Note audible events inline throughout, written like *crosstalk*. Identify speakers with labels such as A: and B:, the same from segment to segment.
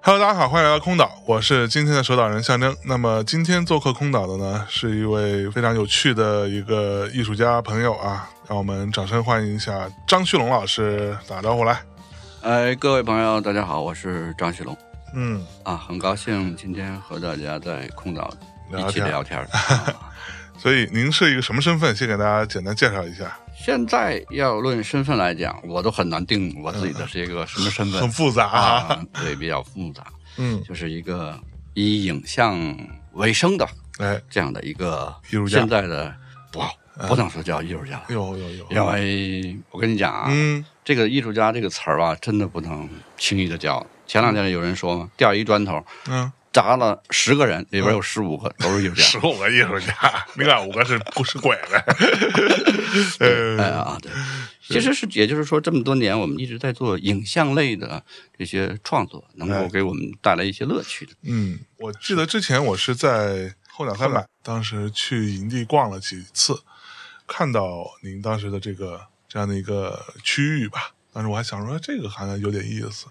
A: Hello，大家好，欢迎来到空岛，我是今天的守岛人象征。那么今天做客空岛的呢，是一位非常有趣的一个艺术家朋友啊，让我们掌声欢迎一下张旭龙老师，打招呼来。
B: 哎，各位朋友，大家好，我是张旭龙
A: 嗯，
B: 啊，很高兴今天和大家在空岛
A: 聊
B: 一起
A: 天
B: 聊天儿。啊
A: 所以您是一个什么身份？先给大家简单介绍一下，
B: 现在要论身份来讲，我都很难定我自己的是一个什么身
A: 嗯很
B: 份
A: 复杂啊。
B: 啊，对，比较复杂，
A: 嗯，
B: 就是一个以影像为生的
A: 哎，
B: 这样的一个
A: 艺术家嗯
B: 现在的不不能说叫艺术家，
A: 有有有，
B: 因为我跟你讲啊，
A: 嗯，
B: 这个艺术家这个词儿吧，啊真的不能轻易的叫。前两天有人说嘛，掉一砖头，
A: 嗯，
B: 砸了十个人，里边有十五个都是艺
A: *laughs*
B: 术家。
A: 十五个艺术家，另外五个是不是鬼 *laughs* 呗？
B: 哎
A: 呃，
B: 啊，对，其实是也就是说，这么多年我们一直在做影像类的这些创作，能
A: 哎
B: 够给我们带来一些乐趣的。
A: 嗯，我记得之前我是在后两三百，当时去营地逛了几次，看到您当时的这个这样的一个区域吧，当时我还想说这个好像有点意思，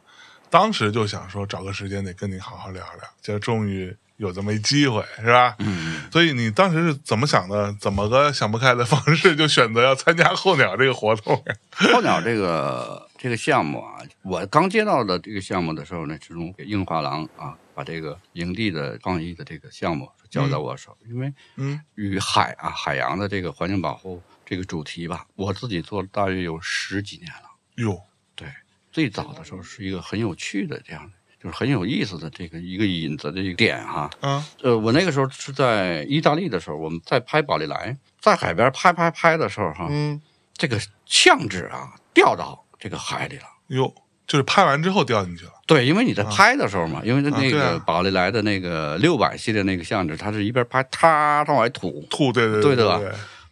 A: 当时就想说找个时间得跟您好好聊聊，结果终于有这么一机会，是吧？
B: 嗯，
A: 所以你当时是怎么想的？怎么个想不开的方式就选择要参加候鸟这个活动呀？
B: 候鸟这个这个项目啊，我刚接到的这个项目的时候呢，是从映画廊啊把这个营地的创意的这个项目交到我手，因为
A: 嗯
B: 与海啊海洋的这个环境保护这个主题吧，我自己做了大约有十几年了。
A: 哟，
B: 对，最早的时候是一个很有趣的这样的，就是很有意思的这个一个引子的一个点哈。
A: 啊，
B: 呃，我那个时候是在意大利的时候，我们在拍《宝丽来》，在海边拍拍拍的时候哈，
A: 嗯，
B: 这个呛纸啊掉到这个海里了。
A: 哟，就是拍完之后掉进去了，
B: 对，因为你在拍的时候嘛，因为
A: 啊
B: 那
A: 对啊
B: 个宝丽来的那个六百系列那个相纸，它是一边拍，它往外吐，
A: 吐，对对啊对
B: 对的吧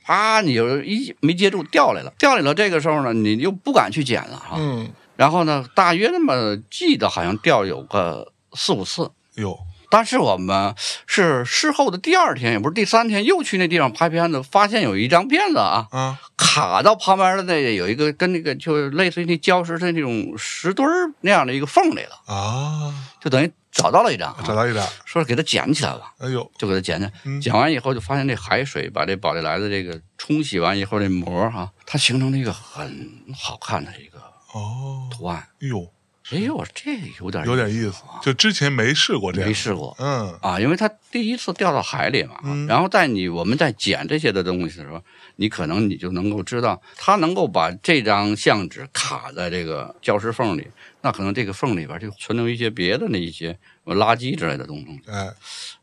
B: 啪，你就一没接住掉来了，掉来了。这个时候呢，你又不敢去捡了哈。
A: 嗯，
B: 然后呢，大约那么记得好像掉有个四五次。
A: 哟，
B: 但是我们是事后的第二天，也不是第三天，又去那地方拍片子，发现有一张片子啊，
A: 啊，
B: 卡到旁边的那有一个跟那个就是类似于那礁石的那种石墩儿那样的一个缝里了，
A: 啊，
B: 就等于找到了一张、
A: 找
B: 啊，
A: 到一点，
B: 说给它捡起来吧，
A: 哎呦，
B: 就给它捡起来。
A: 嗯，
B: 捡完以后就发现这海水把这宝丽来的这个冲洗完以后，这膜哈、它形成了一个很好看的一个
A: 哦，
B: 图案。
A: 哟，
B: 哎呦，我这有点
A: 有点意思，就之前没试过这样，
B: 没，试过
A: 嗯，
B: 啊，因为它第一次掉到海里嘛。
A: 嗯
B: 然后在你我们在捡这些的东西的时候，你可能你就能够知道，它能够把这张相纸卡在这个礁石缝里，那可能这个缝里边就存留一些别的那一些呃垃圾之类的东西。
A: 哎，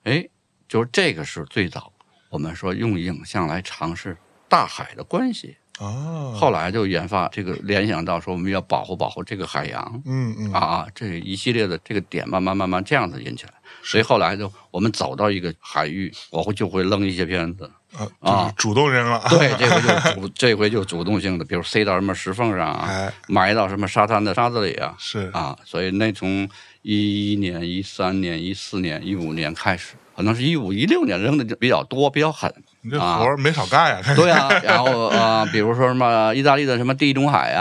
B: 哎，就是这个是最早我们说用影像来尝试大海的关系，
A: 啊，
B: 后来就研发这个联想到说我们要保护保护这个海洋
A: 嗯嗯
B: 啊，啊，这一系列的这个点慢慢慢慢这样子引起来，所以后来就我们走到一个海域，我会就会扔一些片
A: *laughs*
B: 子。
A: 啊，就
B: 啊
A: 是主动扔了，
B: 对，这回就主这回就主动性的，比如塞到什么石缝上啊，
A: 哎，
B: 埋到什么沙滩的沙子里
A: *laughs*
B: 啊，
A: 是，
B: 啊，所以那从一一年、一三年、一四年、一五年开始，可能是一五一六年扔的就比较多，比较狠。
A: 你这
B: 啊
A: 活儿没少干 *laughs* 呀，看
B: 对啊，然后啊、呃比如说什么意大利的什么地中海
A: 嗯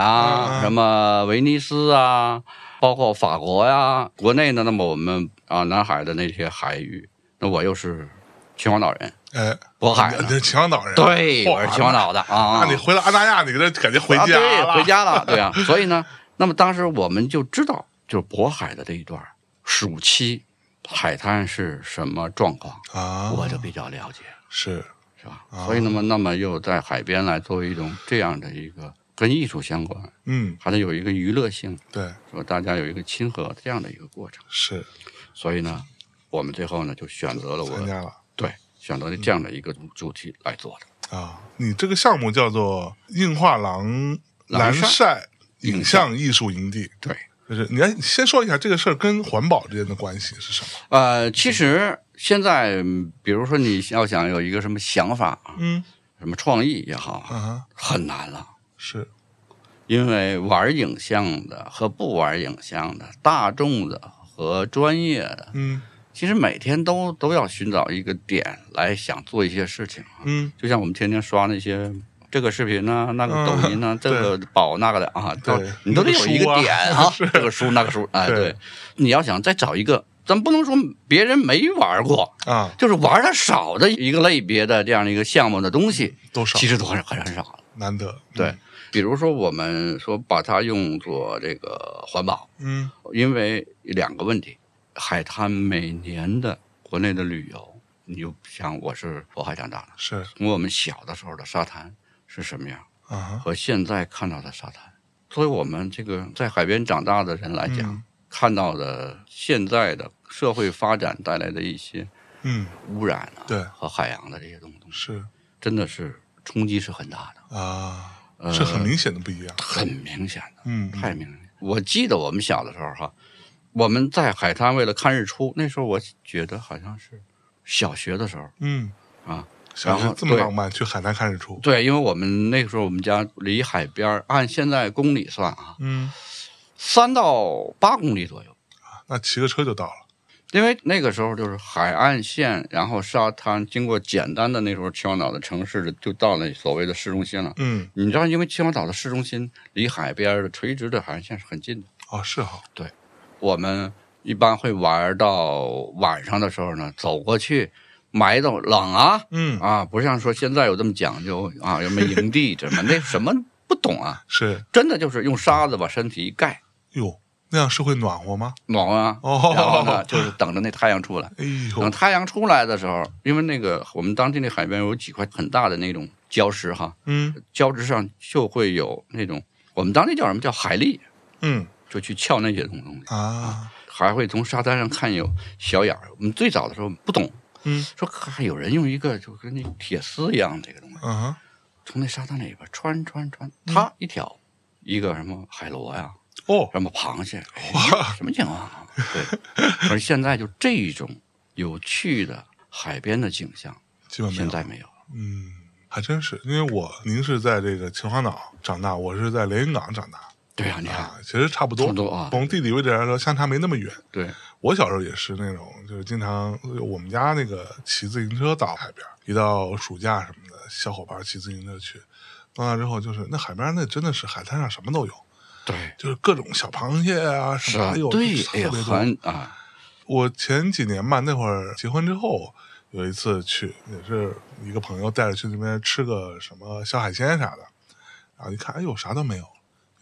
A: 嗯，
B: 啊什么威尼斯啊，包括法国呀、国内呢，那么我们啊、南海的那些海域，那我又是秦皇岛人，
A: 哎，
B: 渤海
A: 你
B: 呢，
A: 这秦皇岛人，
B: 对，
A: 哇
B: 我是秦皇岛的啊。
A: 那你回了阿那亚，你这感觉回
B: 啊，
A: 家
B: 对，
A: 了，
B: 回家了，对
A: *laughs*
B: 啊。所以呢，那么当时我们就知道，就是渤海的这一段暑期海滩是什么状况，
A: 啊，
B: 我就比较了解，
A: 是，
B: 是吧？
A: 啊
B: 所以那么，那么又在海边来作为一种这样的一个跟艺术相关，
A: 嗯，
B: 还得有一个娱乐性，
A: 对，
B: 说大家有一个亲和这样的一个过程。
A: 是
B: 所以呢，我们最后呢就选择了
A: 参
B: 我
A: 加了，
B: 对选择了这样的一个主题来做的。
A: 啊，你这个项目叫做硬画廊蓝
B: 蓝晒
A: 晒影
B: 影
A: 像艺术营地，
B: 对，
A: 就是你来先说一下这个事儿跟环保之间的关系是什么？
B: 呃，其实现在，嗯比如说你要想有一个什么想法、
A: 嗯
B: 什么创意也好，
A: 啊哈，
B: 很难了。
A: 是
B: 因为玩影像的和不玩影像的，大众的和专业的，
A: 嗯
B: 其实每天都都要寻找一个点来想做一些事情。
A: 嗯
B: 就像我们天天刷那些这个视频呢、那个抖音呢、啊这
A: 对
B: 个宝那个的啊，都
A: 对
B: 你都得有一
A: 那个书啊
B: 个点啊，这个 *laughs* 书那个书，哎，
A: 对
B: 对，你要想再找一个，咱不能说别人没玩过，
A: 啊，
B: 就是玩的少的一个类别的这样的一个项目的东西，
A: 多嗯少
B: 其实都很很很少了。
A: 难得
B: 对，比如说我们说把它用作这个环保，
A: 嗯
B: 因为两个问题，海滩每年的国内的旅游，你就像我是渤海长大的。
A: 是
B: 从我们小的时候的沙滩是什么样，
A: 啊哈，
B: 和现在看到的沙滩。作为我们这个在海边长大的人来讲，
A: 嗯
B: 看到的现在的社会发展带来的一些
A: 嗯
B: 污染啊，
A: 对
B: 和海洋的这些东东西，
A: 是
B: 真的是冲击是很大的，
A: 啊，
B: 呃
A: 是很明显的不一样，
B: 很明显的，
A: 嗯
B: 太明显。我记得我们小的时候哈，我们在海滩为了看日出，那时候我觉得好像是小学的时候，
A: 嗯
B: 啊，
A: 想
B: 然
A: 是
B: 后
A: 这么
B: 对
A: 浪漫，去海南看日出，
B: 对，因为我们那个时候我们家离海边儿按现在公里算啊，
A: 嗯，
B: 三到八公里左右。
A: 那骑个车就到了，
B: 因为那个时候就是海岸线，然后沙滩，经过简单的那时候秦皇岛的城市的，就到了所谓的市中心了。
A: 嗯
B: 你知道，因为秦皇岛的市中心离海边儿的垂直的海岸线是很近的。
A: 哦是哈，
B: 我们一般会玩到晚上的时候呢，走过去埋到冷啊
A: 嗯
B: 啊，不像说现在有这么讲究啊，有什么营地什么那什么不懂啊，
A: 是
B: 真的就是用沙子把身体一盖，
A: 哟，那样是会暖和吗？
B: 暖和啊，
A: 哦
B: 然后
A: *laughs*
B: 呢就是等着那太阳出来。
A: 哎
B: 等
A: 呦，
B: 太阳出来的时候，因为那个我们当地那海边有几块很大的那种礁石哈，
A: 嗯
B: 礁石上就会有那种我们当地叫什么叫海蛎，
A: 嗯
B: 就去撬那些东东西，
A: 啊，
B: 还会从沙滩上看有小眼儿。我们最早的时候不懂，
A: 嗯
B: 说看有人用一个就跟那铁丝一样这个东西，
A: 嗯哼，
B: 从那沙滩里边穿穿穿，
A: 嗯
B: 它一条、一个什么海螺呀、
A: 哦，
B: 什么螃蟹，哎什么情况啊？对，而现在就这种有趣的海边的景象，
A: 基本没
B: 现
A: 有。
B: 在没有了。
A: 嗯，还真是，因为我您是在这个秦皇岛长大，我是在连云港长大
B: 对哎呀、你看，
A: 啊，其实差不多，嗯
B: 差不多啊
A: 从地理位置来说，相差没那么远。
B: 对，
A: 我小时候也是那种，就是经常我们家那个骑自行车到海边，一到暑假什么的，小伙伴骑自行车去。到那之后，就是那海边那真的是海滩上什么都有，
B: 对，
A: 就是各种小螃蟹啊，什
B: 是
A: 么
B: 啊
A: 哎呦，，
B: 对，
A: 特
B: 哎呀，
A: 别多。
B: 很啊，
A: 我前几年吧，那会儿结婚之后，有一次去，也是一个朋友带着去那边吃个什么小海鲜啥的，然后一看，哎呦，啥都没有。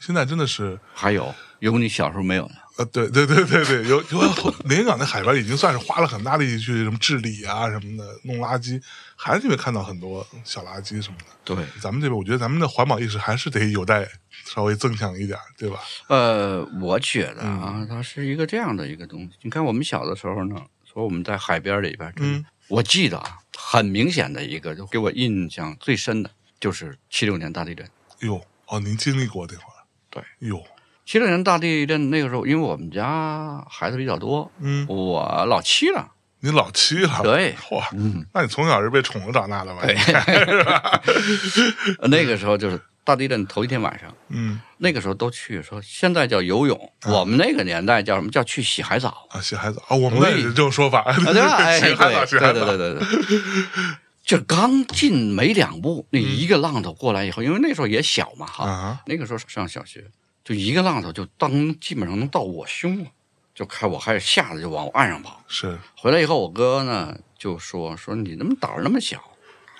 A: 现在真的是，
B: 还有有你小时候没有的，
A: 呃，对对对对对，有有连云港那海边已经算是花了很大力气去什么治理啊什么的，弄垃圾，还是会看到很多小垃圾什么的。
B: 对，
A: 咱们这边，我觉得咱们的环保意识还是得有待稍微增强一点，对吧？
B: 呃，我觉得啊，它是一个这样的一个东西。你看，我们小的时候呢，说我们在海边里边，真的
A: 嗯
B: 我记得啊，很明显的一个，就给我印象最深的就是七六年大地震。
A: 哟，哦，您经历过那会儿？
B: 对，
A: 哟，
B: 七六年大地震那个时候，因为我们家孩子比较多，
A: 嗯，
B: 我老七了，
A: 你老七了，
B: 对
A: 嚯，
B: 嗯，
A: 那你从小是被宠着长大的吧？
B: 对， *laughs* 那个时候就是大地震头一天晚上，
A: 嗯，
B: 那个时候都去说，现在叫游泳，我们那个年代叫什么叫去洗海澡
A: 啊，洗海澡啊，我们那也是这种说 *laughs* 法，
B: 啊对吧？哎，
A: 洗
B: 对
A: 海澡，洗海
B: 对对
A: 澡
B: 对，对对，就刚进没两步，那一个浪头过来以后，因为那时候也小嘛哈，
A: 啊，
B: 那个时候上小学，就一个浪头就当基本上能到我胸了，就开我开始吓得就往岸上跑。
A: 是
B: 回来以后，我哥呢就说说你那么胆儿那么小，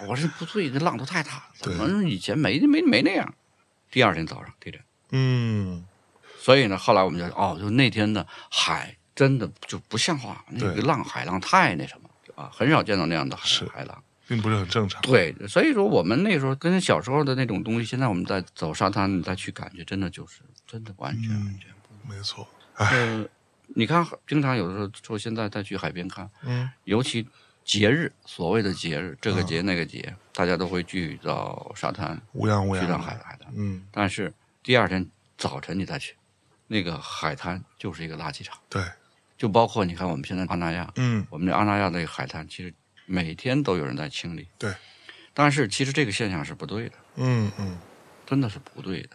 B: 我说不对，这浪头太大了，怎么以前没没没那样？第二天早上地震，
A: 嗯，
B: 所以呢，后来我们就哦，就那天的海真的就不像话，那
A: 对
B: 个浪海浪太那什么啊，很少见到那样的海
A: 是
B: 海浪。
A: 并不是很正常。
B: 对，所以说我们那时候跟小时候的那种东西，现在我们在走沙滩，你再去感觉，真的就是真的完全
A: 嗯
B: 完全不
A: 没错，
B: 一样。呃，你看，经常有的时候说现在再去海边看，
A: 嗯
B: 尤其节日，所谓的节日，这个节那个节，大家都会聚到沙滩，
A: 乌泱乌
B: 去
A: 泱
B: 上
A: 的，
B: 海海滩。
A: 嗯，
B: 但是第二天早晨你再去，那个海滩就是一个垃圾场，
A: 对，
B: 就包括你看我们现在阿那亚，
A: 嗯
B: 我们这阿那亚那个海滩，其实每天都有人在清理。
A: 对，
B: 但是其实这个现象是不对的，
A: 嗯嗯，
B: 真的是不对的，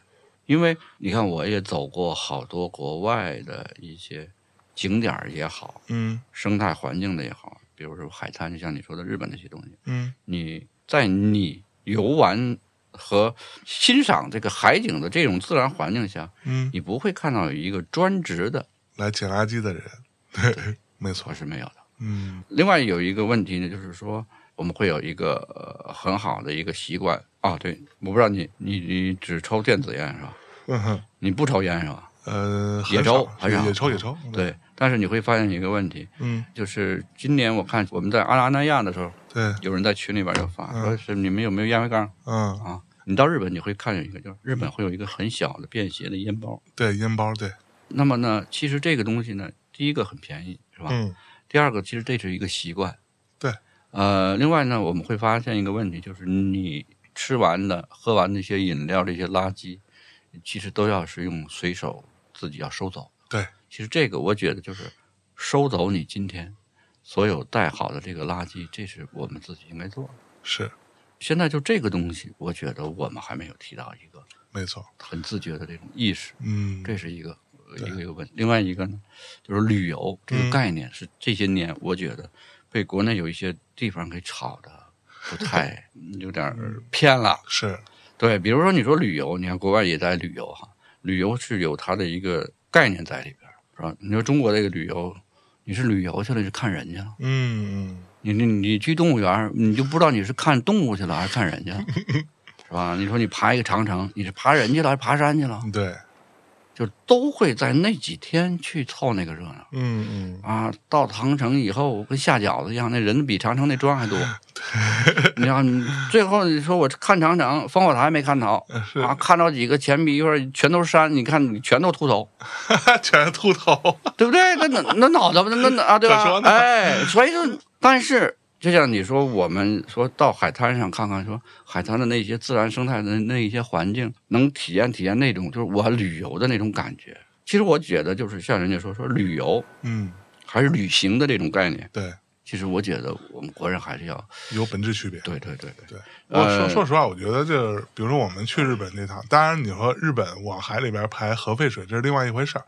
B: 因为你看，我也走过好多国外的一些景点儿也好，
A: 嗯
B: 生态环境的也好，比如说海滩，就像你说的日本那些东西，
A: 嗯
B: 你在你游玩和欣赏这个海景的这种自然环境下，
A: 嗯，
B: 你不会看到有一个专职的，
A: 来捡垃圾的人，对，没错
B: 我，是没有的。
A: 嗯
B: 另外有一个问题呢，就是说我们会有一个、呃、很好的一个习惯啊，对，我不知道你你你只抽电子烟是吧？
A: 嗯哼，
B: 你不抽烟是吧？
A: 呃，
B: 野
A: 很少
B: 抽很少嗯
A: 野抽野抽，，
B: 对，但是你会发现一个问题，
A: 嗯
B: 就是今年我看我们在阿拉那亚的时候，
A: 对，
B: 有人在群里边就发
A: 嗯
B: 说是你们有没有烟灰缸
A: 嗯
B: 啊？你到日本你会看见一个，就是日本会有一个很小的便携的烟包。
A: 对，烟包对，
B: 那么呢，其实这个东西呢，第一个很便宜是吧？
A: 嗯
B: 第二个，其实这是一个习惯。
A: 对。
B: 呃，另外呢，我们会发现一个问题，就是你吃完的、喝完那些饮料、这些垃圾，其实都要是用随手自己要收走。
A: 对。
B: 其实这个我觉得就是收走你今天所有带好的这个垃圾，这是我们自己应该做的。
A: 是
B: 现在就这个东西，我觉得我们还没有提到一个
A: 没错，
B: 很自觉的这种意识。
A: 嗯
B: 这是一个呃一个一个问题。另外一个呢，就是旅游这个
A: 嗯
B: 概念是这些年我觉得被国内有一些地方给炒的不
A: *laughs*
B: 太有点儿
A: 嗯
B: 偏了。
A: 是，
B: 对，比如说你说旅游，你看国外也在旅游哈，旅游是有它的一个概念在里边儿，是吧？你说中国这个旅游，你是旅游去了，就看人去了。
A: 嗯嗯
B: 你你你去动物园儿，你就不知道你是看动物去了还是看人
A: *laughs*
B: 去了，是吧？你说你爬一个长城，你是爬人去了还是爬山去了？
A: 嗯对，
B: 就都会在那几天去凑那个热闹
A: 嗯嗯
B: 啊。到长城以后，跟下饺子一样，那人比长城那庄还多。你看，最后你说我看长城，烽火台没看着
A: 呃是，
B: 啊，看到几个前鼻一会儿全都是山，你看你全都秃头，
A: *laughs* 全是秃头，
B: 对不对？那那那脑子那那啊，对
A: 可
B: 吧
A: 说？呢
B: 哎，所以就但是。就像你说，我们说到海滩上看看，说海滩的那些自然生态的那一些环境，能体验体验那种就是我旅游的那种感觉。其实我觉得，就是像人家说说旅游
A: 嗯
B: 还是旅行的这种概念，
A: 对，
B: 其实我觉得我们国人还是要
A: 有本质区别。
B: 对对对对
A: 对，我
B: 呃
A: 说说实话，我觉得就是，比如说我们去日本这趟，当然你说日本往海里边排核废水，这是另外一回事儿，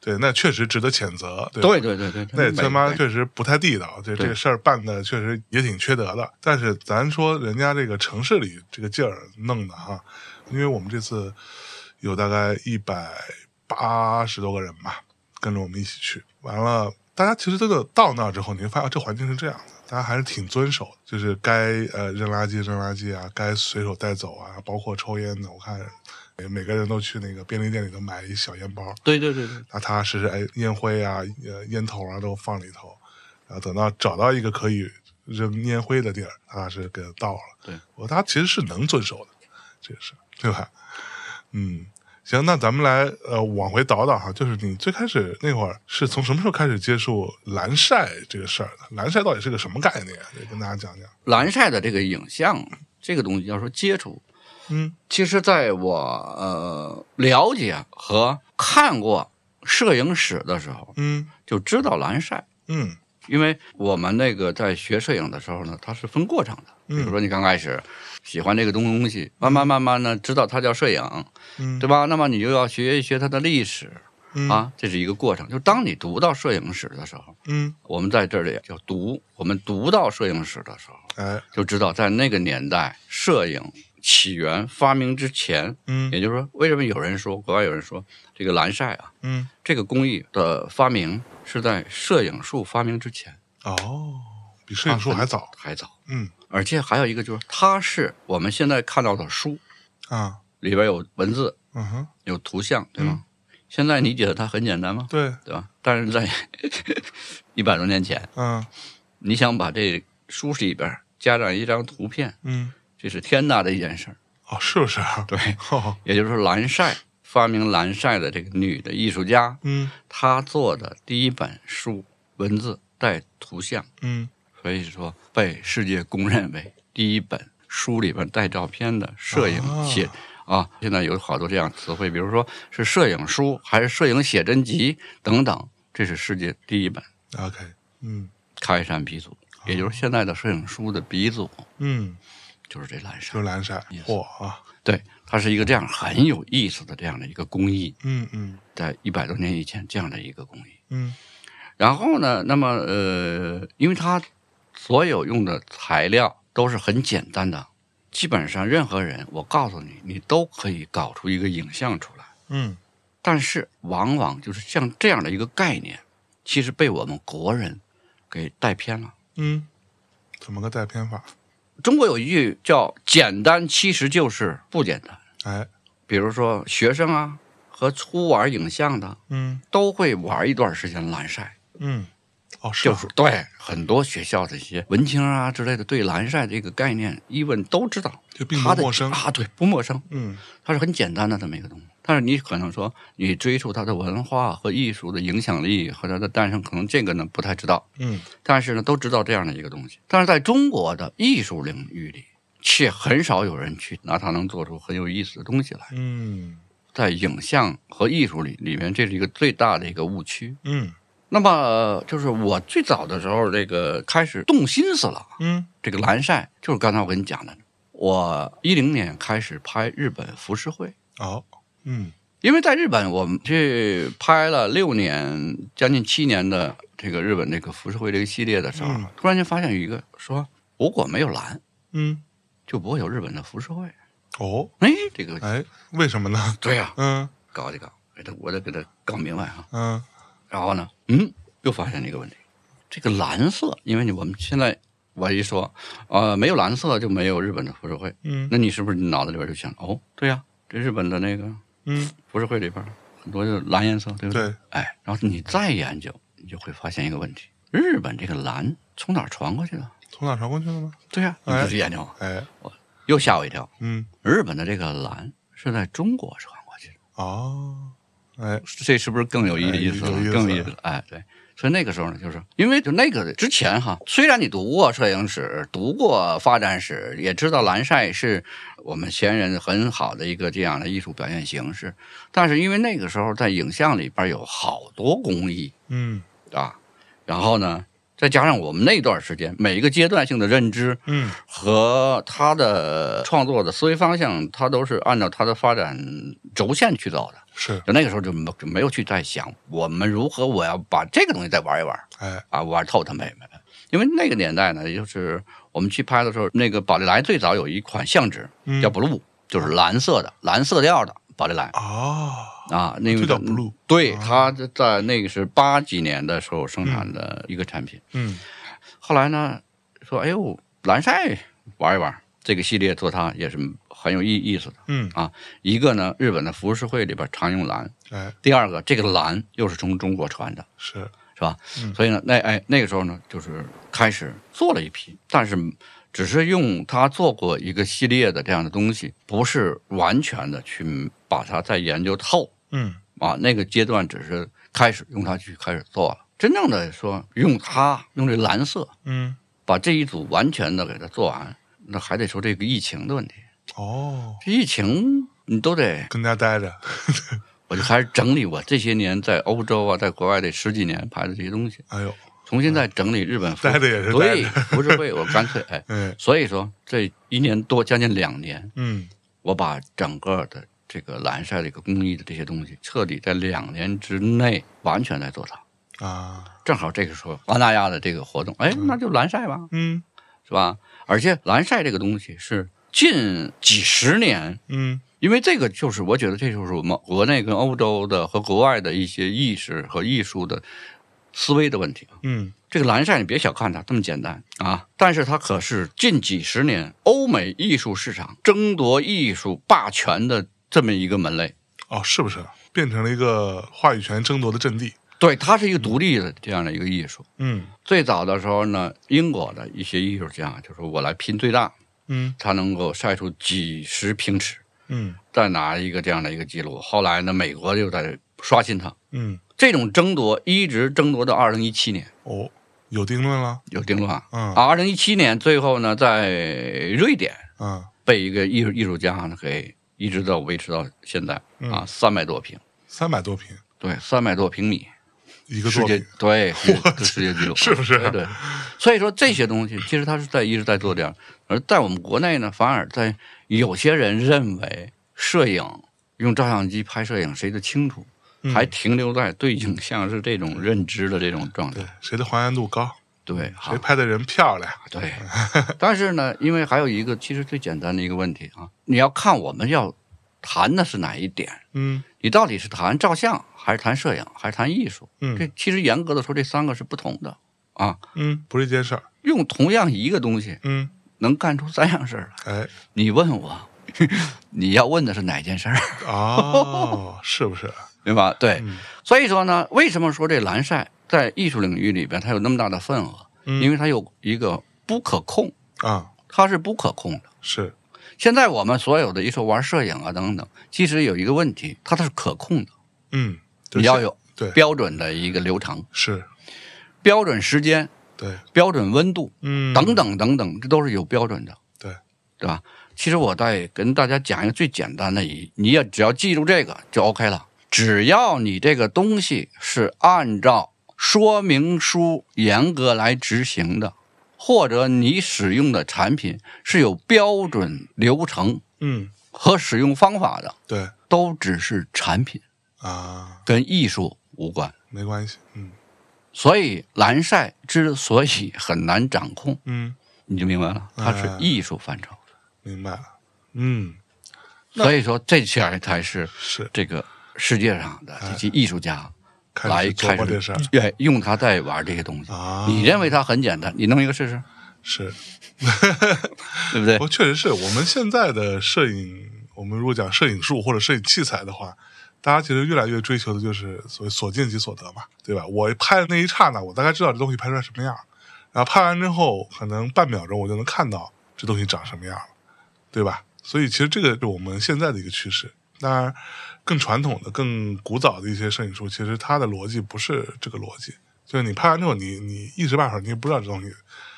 A: 对，那确实值得谴责，对。
B: 对对对对，
A: 那
B: 真
A: 他
B: 没
A: 妈
B: 对
A: 确实不太地道，这
B: 对
A: 这事儿办的确实也挺缺德的。但是咱说人家这个城市里这个劲儿弄的哈，因为我们这次有大概一百八十多个人吧，跟着我们一起去。完了，大家其实真的到那儿之后，你会发现、啊、这环境是这样的，大家还是挺遵守的，就是该呃扔垃圾扔垃圾啊，该随手带走啊，包括抽烟的，我看每每个人都去那个便利店里头买一小烟包，
B: 对对对对，
A: 踏踏实实，哎，烟灰啊、呃烟头啊都放里头，然后等到找到一个可以扔烟灰的地儿，踏踏实实给它倒了。
B: 对，
A: 我他其实是能遵守的，这个是对吧？嗯，行，那咱们来呃往回倒倒哈，就是你最开始那会儿是从什么时候开始接触蓝晒这个事儿的？蓝晒到底是个什么概念？啊得跟大家讲讲。
B: 蓝晒的这个影像这个东西，要说接触，
A: 嗯
B: 其实在我呃了解和看过摄影史的时候，
A: 嗯
B: 就知道蓝晒。
A: 嗯
B: 因为我们那个在学摄影的时候呢，它是分过程的。
A: 嗯
B: 比如说你刚开始喜欢这个东东西，慢慢慢慢呢，知道它叫摄影，
A: 嗯
B: 对吧？那么你就要学一学它的历史
A: 嗯
B: 啊，这是一个过程。就当你读到摄影史的时候，
A: 嗯，
B: 我们在这里叫读，我们读到摄影史的时候，
A: 哎
B: 就知道在那个年代，摄影起源发明之前，
A: 嗯
B: 也就是说，为什么有人说国外有人说这个蓝晒啊，
A: 嗯
B: 这个工艺的发明是在摄影术发明之前，
A: 哦，比摄
B: 啊
A: 影书还早。
B: 还早。
A: 嗯
B: 而且还有一个就是，它是我们现在看到的书
A: 啊
B: 里边有文字、
A: 嗯哼
B: 有图像，对吗？现在理解它很简单吗？
A: 对
B: 对吧？但是在 *laughs* 一百多年前，
A: 嗯
B: 你想把这书里边加上一张图片，
A: 嗯
B: 这是天大的一件事儿。
A: 哦是不是啊？
B: 对，
A: 哦
B: 也就是说，蓝晒发明蓝晒的这个女的艺术家，
A: 嗯
B: 她做的第一本书，文字带图像，
A: 嗯
B: 所以说被世界公认为第一本书里边带照片的摄影写啊，现在有好多这样的词汇，比如说是摄影书，还是摄影写真集等等，这是世界第一本，
A: OK，嗯
B: 开山鼻祖，也就是现在的摄影书的鼻祖，
A: 嗯，
B: 就是这蓝
A: 就
B: 山。
A: 蓝晒，
B: Yes
A: 嚯啊，
B: 对，它是一个这样很有意思的这样的一个工艺，
A: 嗯嗯
B: 在一百多年以前这样的一个工艺。
A: 嗯
B: 然后呢，那么呃，因为它所有用的材料都是很简单的，基本上任何人，我告诉你，你都可以搞出一个影像出来。
A: 嗯
B: 但是往往就是像这样的一个概念，其实被我们国人给带偏了。
A: 嗯，怎么个带偏法？
B: 中国有一句叫“简单其实就是不简单
A: 哎，”，
B: 比如说学生啊和初玩影像的
A: 嗯
B: 都会玩一段时间蓝晒。
A: 嗯，哦是
B: 就
A: 啊
B: 是对很多学校的一些文青啊之类的，对蓝晒这个概念，一问都知道，
A: 就并
B: 它
A: 不
B: 的
A: 陌生，
B: 啊，对，不陌生，
A: 嗯
B: 它是很简单的这么一个东西。但是你可能说，你追溯它的文化和艺术的影响力和它的诞生，可能这个呢不太知道，
A: 嗯
B: 但是呢都知道这样的一个东西。但是在中国的艺术领域里，却很少有人去拿它能做出很有意思的东西来。
A: 嗯
B: 在影像和艺术里里面，这是一个最大的一个误区。
A: 嗯
B: 那么呃就是我最早的时候，这个开始动心思了。
A: 嗯
B: 这个蓝晒就是刚才我跟你讲的，我一零年开始拍日本浮世绘，
A: 哦嗯
B: 因为在日本我们去拍了六年，将近七年的这个日本这个浮世绘这个系列的时候，
A: 嗯
B: 突然间发现有一个说，如果没有蓝，
A: 嗯
B: 就不会有日本的浮世绘。
A: 哦
B: 哎，这个
A: 哎，为什么呢？
B: 对呀、
A: 嗯
B: 搞一搞，给他我得给他搞明白啊。
A: 嗯
B: 然后呢，嗯，又发现了一个问题，这个蓝色，因为你我们现在我一说，呃，没有蓝色就没有日本的浮世绘，
A: 嗯
B: 那你是不是脑子里边就想，哦，对呀、这日本的那个
A: 嗯，
B: 浮世绘里边很多就是蓝颜色，对不对？
A: 对，
B: 哎，然后你再研究，你就会发现一个问题，日本这个蓝从哪儿传过去的？
A: 从哪传过去的吗？
B: 对呀、
A: 哎
B: 你就去研究，啊
A: 哎，
B: 又吓我一跳，
A: 嗯
B: 日本的这个蓝是在中国传过去的。
A: 哦，哎
B: 这是不是更有意思了？
A: 哎有意思
B: 更有意思了，哎，对。所以那个时候呢，就是因为就那个之前哈，虽然你读过摄影史，读过发展史，也知道蓝晒是我们前人很好的一个这样的艺术表现形式，但是因为那个时候在影像里边有好多工艺
A: 嗯
B: 啊，然后呢，再加上我们那段时间每一个阶段性的认知，
A: 嗯
B: 和他的创作的思维方向，他都是按照他的发展轴线去走的。
A: 是
B: 就那个时候就没就没有去再想我们如何我要把这个东西再玩一玩
A: 哎
B: 啊，玩透它没没没。因为那个年代呢，也就是我们去拍的时候，那个宝丽来最早有一款相纸
A: 嗯
B: 叫 blue，、就是蓝色的蓝色调的宝丽来
A: 哦
B: 啊，那个
A: 就叫 blue
B: 对，
A: 啊
B: 它在那个是八几年的时候生产的一个产品。
A: 嗯
B: 后来呢，说哎呦蓝晒玩一玩，这个系列做它也是很有意意思的。
A: 嗯
B: 一个呢，日本的浮世绘里边常用蓝，
A: 哎
B: 第二个，这个蓝又是从中国传的，
A: 是
B: 是吧？
A: 嗯
B: 所以呢，那哎那个时候呢，就是开始做了一批，但是只是用他做过一个系列的这样的东西，不是完全的去把它再研究透
A: 嗯
B: 啊。那个阶段只是开始用它去开始做了，真正的说用它用这蓝色
A: 嗯
B: 把这一组完全的给它做完，那还得说这个疫情的问题。
A: 哦，
B: 这疫情你都得
A: 跟家待着，
B: 我就开始整理我这些年在欧洲啊，在国外这十几年拍的这些东西，
A: 哎呦，
B: 重新再整理日本服，
A: 待着也是待
B: 对
A: 着，
B: 不是会我干脆哎，
A: 哎
B: 所以说这一年多将近两年，
A: 嗯
B: 我把整个的这个蓝晒的一个工艺的这些东西，彻底在两年之内完全在做它。
A: 啊
B: 正好这个时候，澳大利亚的这个活动，哎，那就蓝晒吧，
A: 嗯
B: 是吧？而且蓝晒这个东西是近几十年
A: 嗯
B: 因为这个就是我觉得这就是我们国内跟欧洲的和国外的一些意识和艺术的思维的问题。
A: 嗯
B: 这个蓝晒你别小看它这么简单啊，但是它可是近几十年欧美艺术市场争夺艺术霸权的这么一个门类。
A: 哦，是不是变成了一个话语权争夺的阵地？
B: 对，它是一个独立的这样的一个艺术。
A: 嗯
B: 最早的时候呢，英国的一些艺术家就说我来拼最大，
A: 嗯
B: 它能够晒出几十平尺，
A: 嗯
B: 再拿一个这样的一个记录。后来呢，美国又在刷新它。
A: 嗯
B: 这种争夺一直争夺到二零一七年，
A: 哦有定论了。
B: 有定论啊。
A: 嗯
B: 啊，二零一七年最后呢，在瑞典
A: 嗯
B: 被一个艺术艺术家呢给一直到维持到现在
A: 嗯
B: 啊，三百多平，
A: 三百多平
B: 对，三百多平米，
A: 一个
B: 世
A: 作
B: 界
A: 品，
B: 对世界世界纪
A: *laughs*
B: 录
A: 是不是
B: 对对，所以说这些东西其实他是在一直在做这样，而在我们国内呢，反而在有些人认为摄影用照相机拍摄影谁的清楚，
A: 嗯
B: 还停留在对影像是这种认知的这种状态
A: 对，谁的还原度高，
B: 对，好
A: 谁。拍的人漂亮。 *laughs*
B: 对，但是呢，因为还有一个其实最简单的一个问题啊，你要看我们要谈的是哪一点，
A: 嗯
B: 你到底是谈照相，还是谈摄影，还是谈艺术？这
A: 嗯
B: 其实严格的说，这三个是不同的啊。
A: 嗯，不是一件事儿。
B: 用同样一个东西
A: 嗯，
B: 能干出三样事儿来，
A: *laughs* 哎，
B: 你问我， *laughs* 你要问的是哪件事儿，
A: 哦，是不是？
B: 对吧？对，
A: 嗯
B: 所以说呢，为什么说这蓝晒在艺术领域里边它有那么大的份额？
A: 嗯
B: 因为它有一个不可控，
A: 啊，
B: 它是不可控的。
A: 是，
B: 现在我们所有的一说玩摄影啊等等，其实有一个问题，它是可控的，
A: 嗯，对
B: 你要有
A: 对，
B: 标准的一个流程、
A: 是，
B: 标准时间、
A: 对，
B: 标准温度
A: 嗯，
B: 等，等等等，这都是有标准的，
A: 对，
B: 对吧？其实我再跟大家讲一个最简单的一，你也只要记住这个就 OK 了。只要你这个东西是按照说明书严格来执行的，或者你使用的产品是有标准流程
A: 嗯，
B: 和使用方法的，
A: 对
B: 都只是产品，
A: 啊，
B: 跟艺术无关。
A: 没关系，嗯
B: 所以蓝晒之所以很难掌控，
A: 嗯，
B: 你就明白了，它是艺术范畴。
A: 明白了，嗯，
B: 所以说，这些才是
A: 是，
B: 这个世界上的这些艺术家
A: 哎开
B: 来
A: 始做
B: 开
A: 过这
B: 始
A: 事儿
B: 对用它在玩这些东西。
A: 啊，
B: 你认为它很简单，你弄一个试试，
A: 是，
B: 对不对
A: *laughs* 不？过确实是我们现在的摄影，我们如果讲摄影术或者摄影器材的话。大家其实越来越追求的就是所谓所见即所得嘛，对吧？我拍的那一刹那，我大概知道这东西拍出来什么样，然后拍完之后，可能半秒钟我就能看到这东西长什么样了，对吧？所以其实这个是我们现在的一个趋势。当然，更传统的、更古早的一些摄影术，其实它的逻辑不是这个逻辑，就是你拍完之后你，你一时半会儿你也不知道这东西，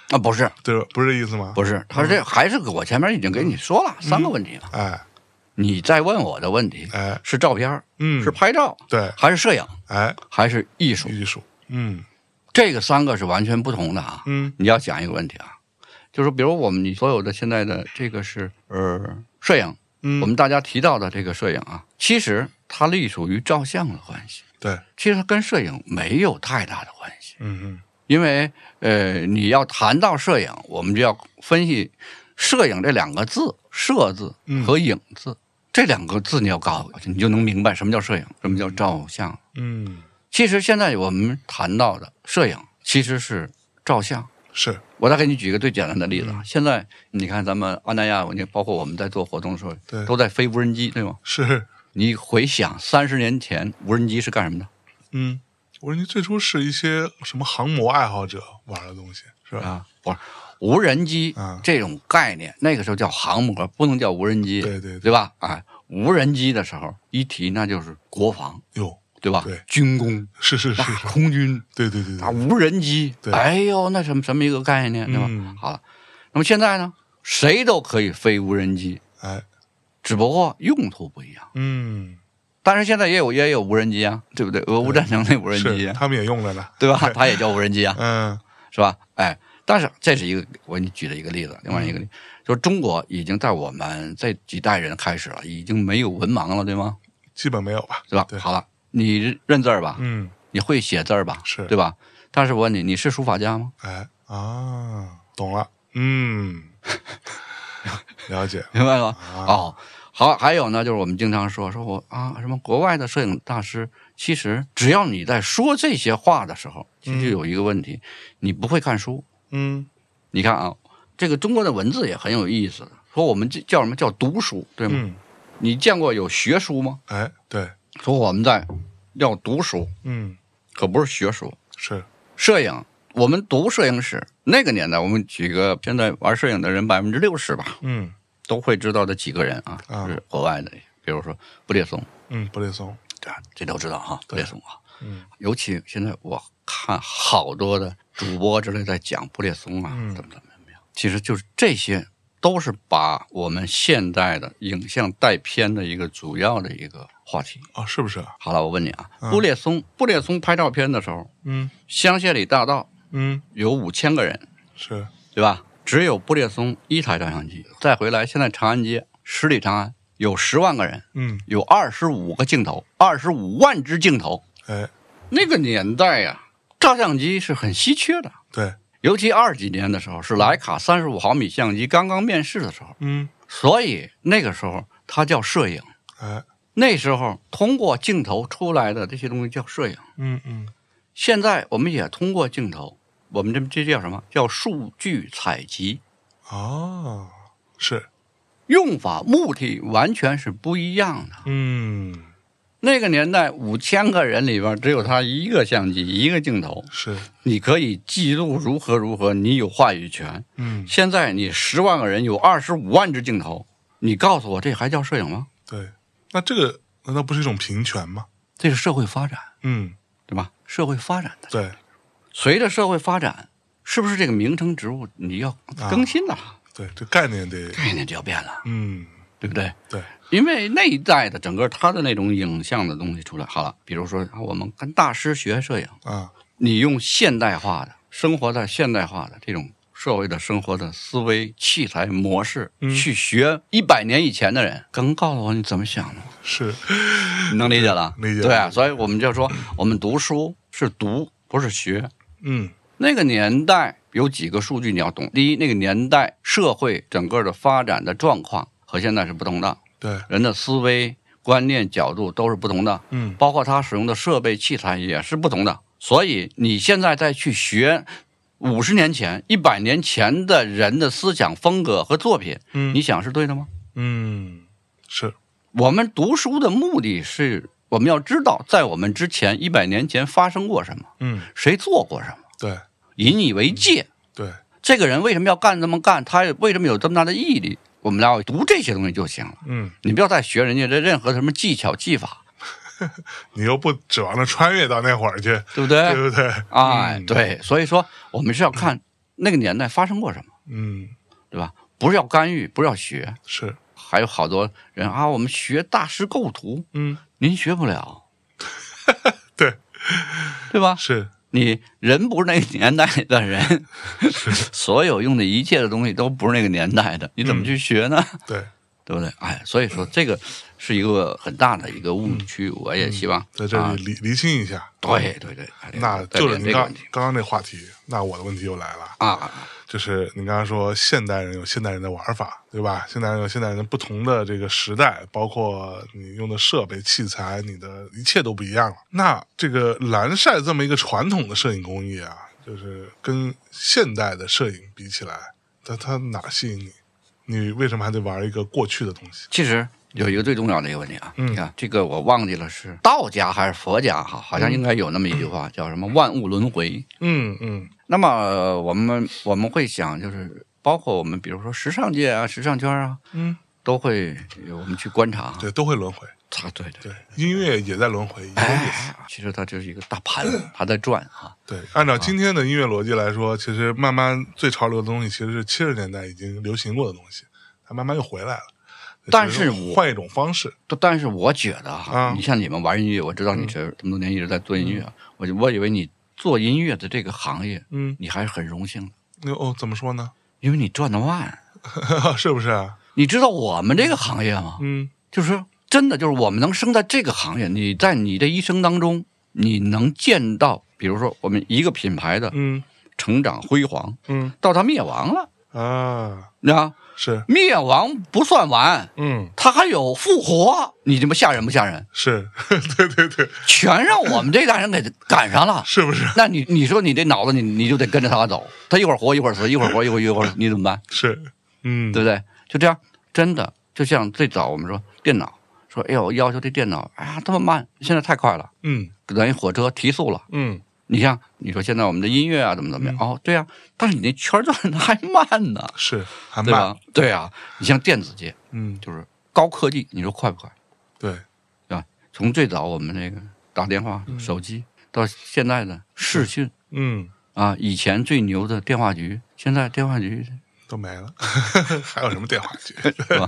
B: 啊，不是，
A: 对吧？不是这意思吗？
B: 不是，它
A: 嗯
B: 这还是我前面已经给你说了三个问题了。
A: 哎
B: 你再问我的问题
A: 哎，
B: 是照片儿，
A: 嗯，
B: 是拍照，
A: 对，
B: 还是摄影，
A: 哎，
B: 还是艺术？
A: 艺术，嗯
B: 这个三个是完全不同的啊。
A: 嗯
B: 你要讲一个问题啊，就是比如我们你所有的现在的这个是呃摄影，
A: 嗯，
B: 我们大家提到的这个摄影啊，其实它隶属于照相的关系，
A: 对，
B: 其实它跟摄影没有太大的关系，
A: 嗯嗯
B: 因为呃你要谈到摄影，我们就要分析摄影这两个字“摄”字
A: 嗯
B: 和“影”字、这两个字，你要搞，你就能明白什么叫摄影，什么叫照相。
A: 嗯，
B: 其实现在我们谈到的摄影其实是照相。
A: 是，
B: 我再给你举一个最简单的例子
A: 嗯
B: 啊，现在你看咱们安那亚，你包括我们在做活动的时候，
A: 对
B: 都在飞无人机，对吗？
A: 是，
B: 你回想三十年前无人机是干什么的
A: 嗯，我说你最初是一些什么航模爱好者玩的东西，是吧？
B: 啊？不是，无人机
A: 啊
B: 这种概念，那个时候叫航母，不能叫无人机，
A: 对对对，
B: 对吧？啊，无人机的时候一提那就是国防，
A: 哟，
B: 对吧？
A: 对
B: 军工、
A: 是是是
B: 大
A: 是，
B: 空军
A: 对对对
B: 啊，
A: 对，
B: 无人机
A: 对，
B: 哎呦，那什么什么一个概念，对吧？
A: 嗯
B: 好了，那么现在呢，谁都可以飞无人机，
A: 哎，
B: 只不过用途不一样。
A: 嗯，
B: 但是现在也有也有无人机啊，对不对？俄乌战争那无人机
A: 是，
B: 啊，
A: 他们也用着呢，
B: 对吧？它也叫无人机啊，
A: 嗯
B: 是吧？哎，但是这是一个我给你举了一个例子，另外一个
A: 嗯
B: 例子，就是中国已经在我们这几代人开始了，已经没有文盲了，对吗？
A: 基本没有吧，
B: 对吧？
A: 对
B: 好了，你认字儿吧，
A: 嗯，
B: 你会写字儿吧，
A: 是
B: 对吧？但是我问你，你是书法家吗？ *laughs*
A: 哎啊，懂了，嗯， *laughs* 了解，
B: 明白吗？
A: 啊
B: 哦，好，还有呢，就是我们经常说说我啊，什么国外的摄影大师，其实只要你在说这些话的时候，其实就有一个问题，你不会看书。
A: 嗯
B: 你看啊，这个中国的文字也很有意思的，说我们这叫什么叫读书，对吗？
A: 嗯，
B: 你见过有学书吗？
A: 哎，对，
B: 说我们在要读书，
A: 嗯，
B: 可不是学书。
A: 是，
B: 摄影，我们读摄影史，那个年代，我们举个现在玩摄影的人百分之六十吧，
A: 嗯
B: 都会知道的几个人啊，
A: 啊
B: 是国外的，比如说布列松。啊
A: 嗯，布列松，
B: 对，这都知道哈，
A: 对
B: 这种啊，
A: 嗯，
B: 尤其现在我看好多的主播之类在讲布列松啊，
C: 嗯
B: 怎么怎么怎么样，其实就是这些都是把我们现代的影像带偏的一个主要的一个话题。
A: 啊，是不是？
B: 好了，我问你啊
C: 嗯，
B: 布列松，布列松拍照片的时候，
C: 嗯
B: 香榭里大道
C: 嗯
B: 有五千个人，
A: 是
B: 对吧？只有布列松一台照相机。再回来，现在长安街十里长安有十万个人，
C: 嗯，
B: 有二十五个镜头，二十五万只镜头。
A: 哎，
B: 那个年代呀、照相机是很稀缺的，
A: 对，
B: 尤其二几年的时候是徕卡三十五毫米相机刚刚面世的时候，
C: 嗯
B: 所以那个时候它叫摄影。
A: 哎，
B: 那时候通过镜头出来的这些东西叫摄影。
C: 嗯嗯
B: 现在我们也通过镜头，我们这这叫什么？叫数据采集。
A: 哦，是
B: 用法目的完全是不一样的。
C: 嗯
B: 那个年代，五千个人里边只有他一个相机、一个镜头，
A: 是，
B: 你可以记录如何如何，你有话语权。
C: 嗯
B: 现在你十万个人有二十五万只镜头，你告诉我这还叫摄影吗？
A: 对。那这个难道不是一种平权吗？
B: 这是社会发展，
C: 嗯
B: 对吧？社会发展的，
A: 对
B: 随着社会发展，是不是这个名称植物你要更新了？
A: 对，这概念得，
B: 概念就要变了，
A: 嗯，
B: 对不对？
A: 对，
B: 因为那一代的整个他的那种影像的东西出来，好了，比如说啊我们跟大师学摄影，
A: 啊，
B: 你用现代化的生活在现代化的这种社会的生活的思维器材模式、去学一百年以前的人，能告诉我你怎么想的吗？
A: 是
B: 你能理解了？
A: 理解
B: 对啊，所以我们就说，我们读书是读，不是学。
C: 嗯
B: 那个年代有几个数据你要懂，第一，那个年代社会整个的发展的状况和现在是不同的，
A: 对，
B: 人的思维、观念、角度都是不同的，
C: 嗯
B: 包括他使用的设备、器材也是不同的。所以你现在再去学五十年前、一百年前的人的思想风格和作品，
C: 嗯
B: 你想是对的吗？
C: 嗯
A: 是
B: 我们读书的目的是我们要知道，在我们之前一百年前发生过什么，
C: 嗯
B: 谁做过什么，
A: 对
B: 引以为戒。
A: 对，
B: 这个人为什么要干这么干？他为什么有这么大的毅力？我们要读这些东西就行了，
C: 嗯
B: 你不要再学人家这任何什么技巧技法，
A: 你又不指望着穿越到那会儿去，
B: 对不对？
A: 对嗯不对？
B: 哎，对，所以说我们是要看那个年代发生过什么，
A: 嗯，
B: 对吧？不是要干预，不是要学。
A: 是
B: 还有好多人啊，我们学大师构图，
C: 嗯
B: 您学不了，
A: *laughs* 对
B: 对吧？
A: 是，
B: 你人不是那个年代的人， *laughs* 所有用的一切的东西都不是那个年代的，你怎么去学呢？ *laughs*
A: 对
B: 对不对？哎，所以说这个是一个很大的一个误区，我也希望
A: 嗯在这
B: 啊
A: 里厘厘清一下。
B: 对对对，哎
A: 那
B: 再
A: 就
B: 聊
A: 是
B: 这
A: 您
B: 个
A: 刚
B: 问题
A: 刚刚那话题，那我的问题又来了，
B: 啊，
A: 就是您刚刚说现代人有现代人的玩法，对吧？现代人有现代人不同的这个时代，包括你用的设备、器材，你的一切都不一样了。那这个蓝晒这么一个传统的摄影工艺啊，就是跟现代的摄影比起来，它它哪吸引你？你为什么还得玩一个过去的东西？
B: 其实有一个最重要的一个问题啊，
C: 嗯
B: 你看这个我忘记了是道家还是佛家哈，好像应该有那么一句话、叫什么“万物轮回
A: 嗯嗯”。
B: 那么呃我们我们会想，就是包括我们比如说时尚界啊、时尚圈啊，
A: 嗯，
B: 都会有我们去观察，
A: 对，都会轮回。
B: 它对对。
A: 对，音乐也在轮回，一个意思。
B: 哎其实它就是一个大盘，它在转啊。
A: 对，按照今天的音乐逻辑来说，其实慢慢最潮流的东西其实是七十年代已经流行过的东西，它慢慢又回来了。
B: 但是
A: 只
B: 我
A: 换一种方式，
B: 但但是我觉得哈、
A: 啊
B: 你像你们玩音乐，我知道你这这么多年一直在做音乐，我就我以为你做音乐的这个行业，
A: 嗯，
B: 你还是很荣幸的，
A: 那哦，怎么说呢？ *laughs*
B: 因为你赚啊的慢。
A: 是不是啊？
B: 你知道我们这个行业吗？
A: 嗯，
B: 就是真的，就是我们能生在这个行业，你在你的一生当中，你能见到，比如说我们一个品牌的
A: 嗯
B: 成长辉煌，
A: 嗯
B: 到它灭亡了，
A: 啊，
B: 啊，
A: 是，
B: 灭亡不算完，
A: 嗯
B: 它还有复活，你这不吓人不吓人？
A: 是， *laughs* 对对对，
B: 全让我们这代人给赶上
A: *laughs*
B: 了。
A: 是不是？
B: 那你你说你这脑子你你就得跟着他走，他一会儿活一会儿死，一会儿活一会儿一会儿死，你怎么办？
A: 是，嗯，
B: 对不对？就这样，真的就像最早我们说电脑，说哎呦要求这电脑哎呀这么慢，现在太快了，
A: 嗯
B: 等于火车提速了。
A: 嗯，
B: 你像你说现在我们的音乐啊怎么怎么样？哦，对呀、但是你那圈转的还慢呢，
A: 是，还
B: 对
A: 慢
B: 吧，？对呀、你像电子界
A: 嗯，
B: 就是高科技，你说快不快？
A: 对，
B: 从最早我们那个打电话、手机，到现在的视讯
A: 嗯，
B: 啊，以前最牛的电话局，现在电话局
A: 都没了， *laughs* 还有什么电话
B: *laughs*
A: 局？
B: 是吧？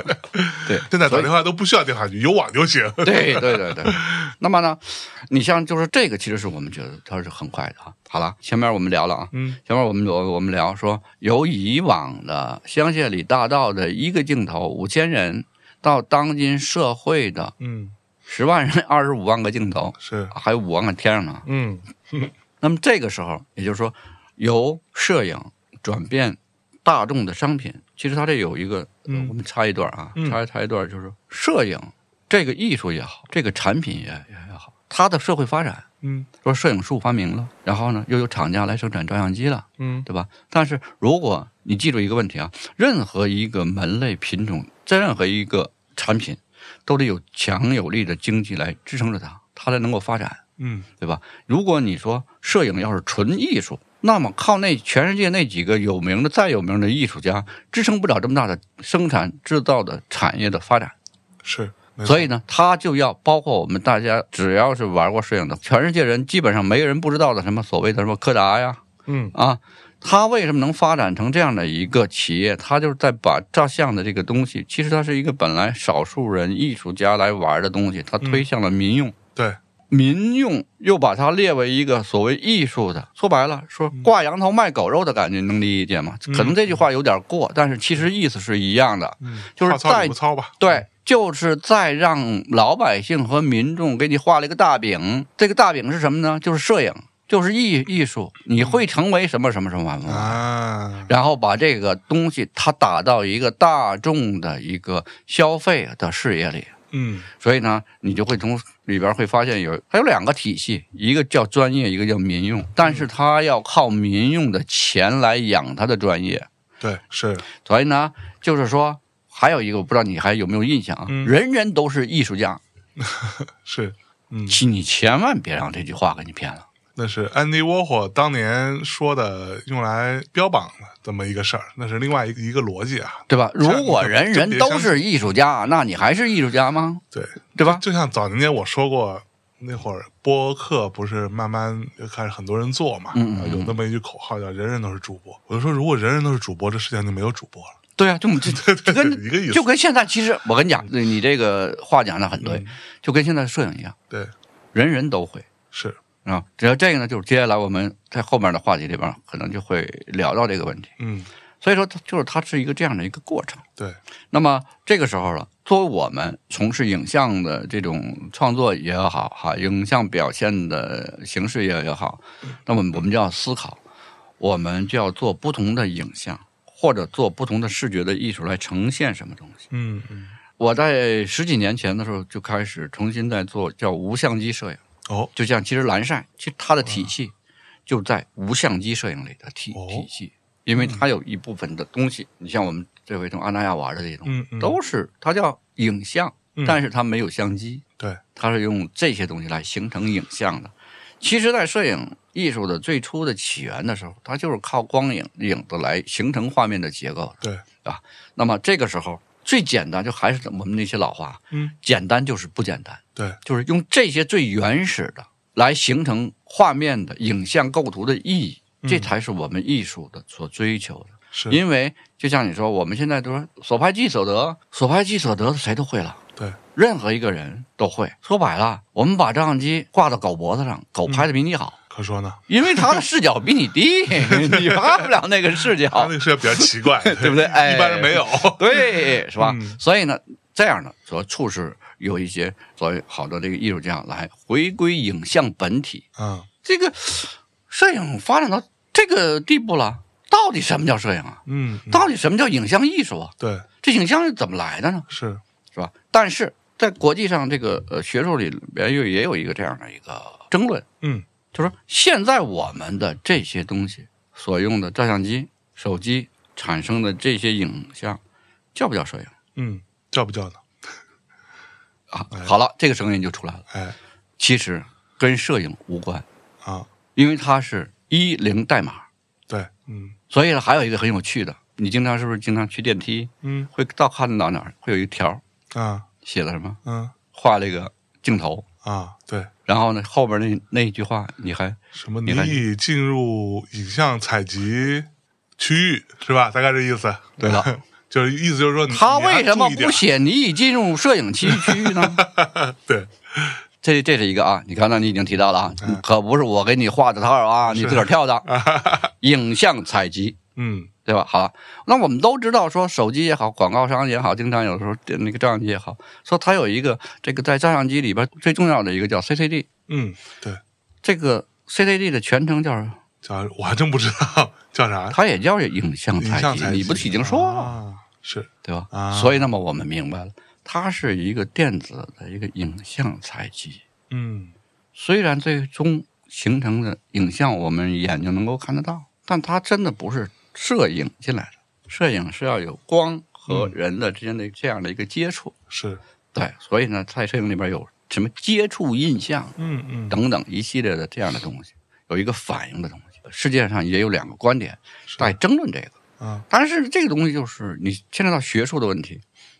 B: 对，
A: 现在打
B: 所以
A: 电话都不需要电话局，有网就行。
B: 对对对对。那么呢，你像就是这个，其实是我们觉得它是很快的啊。好了，前面我们聊了啊，
A: 嗯
B: 前面我们我我们聊说，由以往的香榭里大道的一个镜头五千人，到当今社会的
A: 嗯，
B: 十万人二十五万个镜头，
A: 是，
B: 还有五万个天上呢。
A: 嗯
B: 那么这个时候，也就是说，由摄影转变大众的商品，其实它这有一个，
A: 嗯
B: 我们插一段啊，
A: 嗯
B: 插一插一段，就是摄影这个艺术也好，这个产品也也好，它的社会发展，
A: 嗯
B: 说摄影术发明了，然后呢，又有厂家来生产照相机了，
A: 嗯
B: 对吧？但是如果你记住一个问题啊，任何一个门类品种，在任何一个产品，都得有强有力的经济来支撑着它，它才能够发展。
A: 嗯
B: 对吧？如果你说摄影要是纯艺术，那么靠那全世界那几个有名的、再有名的艺术家，支撑不了这么大的生产制造的产业的发展。
A: 是，没错
B: 所以呢，他就要包括我们大家，只要是玩过摄影的，全世界人基本上没人不知道的什么所谓的什么柯达呀
A: 嗯
B: 啊。他为什么能发展成这样的一个企业？他就是在把照相的这个东西，其实它是一个本来少数人艺术家来玩的东西，它推向了民用。
A: 嗯对，
B: 民用又把它列为一个所谓艺术的，说白了，说
A: 嗯
B: 挂羊头卖狗肉的感觉，能理解吗？可能这句话有点过，但是其实意思是一样的，
A: 嗯，
B: 就是
A: 话糙
B: 在
A: 理不糙吧？
B: 对，就是在让老百姓和民众给你画了一个大饼，这个大饼是什么呢？就是摄影，就是艺艺术，你会成为什么什么什么玩意儿
A: 嗯啊，
B: 然后把这个东西它打到一个大众的一个消费的视野里，
A: 嗯
B: 所以呢，你就会从里边会发现有它有两个体系，一个叫专业，一个叫民用，但是它要靠民用的钱来养它的专业，
A: 对，是，
B: 所以呢，就是说还有一个我不知道你还有没有印象啊，
A: 嗯
B: 人人都是艺术家，
A: 是，嗯，
B: 其你千万别让这句话给你骗了。
A: 那是安迪沃霍当年说的，用来标榜的这么一个事儿，那是另外一个一个逻辑啊。
B: 对吧？如果人
A: *laughs* 这别
B: 人
A: 相
B: 都是艺术家，那你还是艺术家吗？
A: 对，
B: 对吧？
A: 就像早年间我说过，那会儿播客不是慢慢就开始很多人做嘛，
B: 嗯嗯
A: 然后有那么一句口号叫“人人都是主播”。我就说，如果人人都是主播，这世界上就没有主播了。
B: 对啊，就这这这
A: *laughs* 一个意
B: 跟
A: 思
B: 就跟现在其实我跟你讲，你这个话讲的很对，
A: 嗯
B: 就跟现在摄影一样，
A: 对，
B: 人人都会。
A: 是，
B: 啊，只要这个呢，就是接下来我们在后面的话题里边可能就会聊到这个问题。
A: 嗯，
B: 所以说，它就是它是一个这样的一个过程。
A: 对，
B: 那么这个时候了，作为我们从事影像的这种创作也好，哈，影像表现的形式也也好，
A: 嗯
B: 那么我们就要思考，我们就要做不同的影像，或者做不同的视觉的艺术来呈现什么东西。
A: 嗯嗯，
B: 我在十几年前的时候就开始重新在做叫无相机摄影。
A: 哦，
B: 就像其实蓝晒，其实它的体系就在无相机摄影里的体
A: 哦
B: 体系，因为它有一部分的东西，你像我们这回从阿那亚玩的这种，
A: 嗯嗯，
B: 都是它叫影像，
A: 嗯
B: 但是它没有相机，
A: 对，
B: 它是用这些东西来形成影像的。其实，在摄影艺术的最初的起源的时候，它就是靠光影影子来形成画面的结构的。
A: 对
B: 啊，那么这个时候最简单，就还是我们那些老话，
A: 嗯，
B: 简单就是不简单。
A: 对，
B: 就是用这些最原始的来形成画面的影像构图的意义，
A: 嗯
B: 这才是我们艺术的所追求的。
A: 是，
B: 因为就像你说，我们现在都说所拍即所得，所拍即所得，谁都会了。
A: 对，
B: 任何一个人都会。说白了，我们把照相机挂到狗脖子上，
A: 嗯
B: 狗拍的比你好，
A: 可说呢，
B: 因为它的视角比你
A: *laughs*
B: 低，你拍不了那个视角。
A: 他那个视角比较奇怪，对
B: 啊 *laughs* 对不对哎
A: 一般人没有。
B: 对，是吧？
A: 嗯
B: 所以呢，这样呢，所促使有一些所谓好的这个艺术家来回归影像本体。
A: 嗯
B: 这个摄影发展到这个地步了，到底什么叫摄影啊？
A: 嗯，嗯
B: 到底什么叫影像艺术啊？
A: 对，
B: 这影像是怎么来的呢？
A: 是，
B: 是吧？但是在国际上，这个呃学术里边又也有一个这样的一个争论，
A: 嗯，
B: 就说现在我们的这些东西所用的照相机、手机产生的这些影像，叫不叫摄影？
A: 嗯，叫不叫呢？
B: 啊，好了，这个声音就出来了。
A: 哎，
B: 其实跟摄影无关，
A: 啊，
B: 因为它是一零代码，
A: 对，嗯
B: 所以呢，还有一个很有趣的，你经常是不是经常去电梯
A: 嗯
B: 会到看到哪儿会有一条
A: 啊
B: 写的什么，
A: 嗯
B: 画了一个镜头，
A: 啊，对，
B: 然后呢，后边那那一句话你还
A: 什么？你
B: 你看
A: 已进入影像采集区域是吧？大概这意思。
B: 对了，
A: *laughs* 就是意思就是说你，
B: 他
A: 你还
B: 为什么
A: 注意点
B: 不写你已进入摄影区区域呢？
A: *laughs* 对，
B: 这这是一个啊，你刚才你已经提到了啊，
A: 嗯
B: 可不是我给你画的套啊，你自个儿
A: *laughs*
B: 跳的。影像采集，
A: 嗯
B: 对吧？好了，那我们都知道，说手机也好，广告商也好，经常有时候那个照相机也好，说它有一个这个在照相机里边最重要的一个叫 CCD，
A: 嗯，对，
B: 这个 CCD 的全称叫什么
A: 啊叫我还真不知道叫啥，
B: 它也叫影像
A: 影像
B: 采
A: 采集，
B: 集，你不是已经说了吗，
A: 啊？是，
B: 对吧？
A: 啊
B: 所以那么我们明白了，它是一个电子的一个影像采集，
A: 嗯
B: 虽然最终形成的影像我们眼睛能够看得到，但它真的不是摄影进来的，摄影是要有光和人的之间的这样的一个接触，
A: 是，
B: 对，所以呢，在摄影里边有什么接触印象
A: 嗯嗯，
B: 等等一系列的这样的东西，有一个反应的东西。世界上也有两个观点
A: 是
B: 在争论这个，
A: 啊，
B: 但是这个东西就是你牵扯到学术的问题，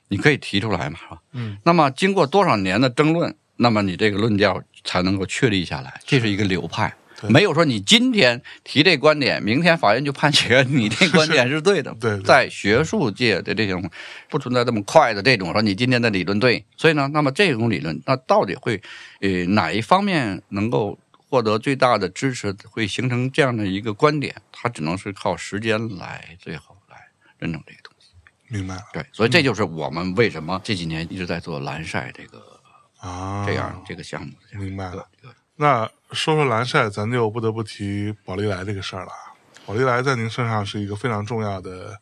B: 你可以提出来嘛，是吧？
A: 嗯，
B: 那么经过多少年的争论，那么你这个论调才能够确立下来，这是一个流派。
A: 对
B: 没有说你今天提这观点，明天法院就判决你这观
A: *laughs*
B: 点是对的。
A: 对对
B: 在学术界的这种不存在这么快的这种说你今天的理论对，所以呢，那么这种理论，那到底会呃哪一方面能够获得最大的支持，会形成这样的一个观点？它只能是靠时间来最后来认证这个东西。
A: 明白了
B: 对，所以这就是我们为什么这几年一直在做蓝晒这个
A: 啊，
B: 这样、这个项目。
A: 明白了
B: 对对。
A: 那说说蓝晒，咱就不得不提宝丽来这个事儿了啊。宝丽来在您身上是一个非常重要的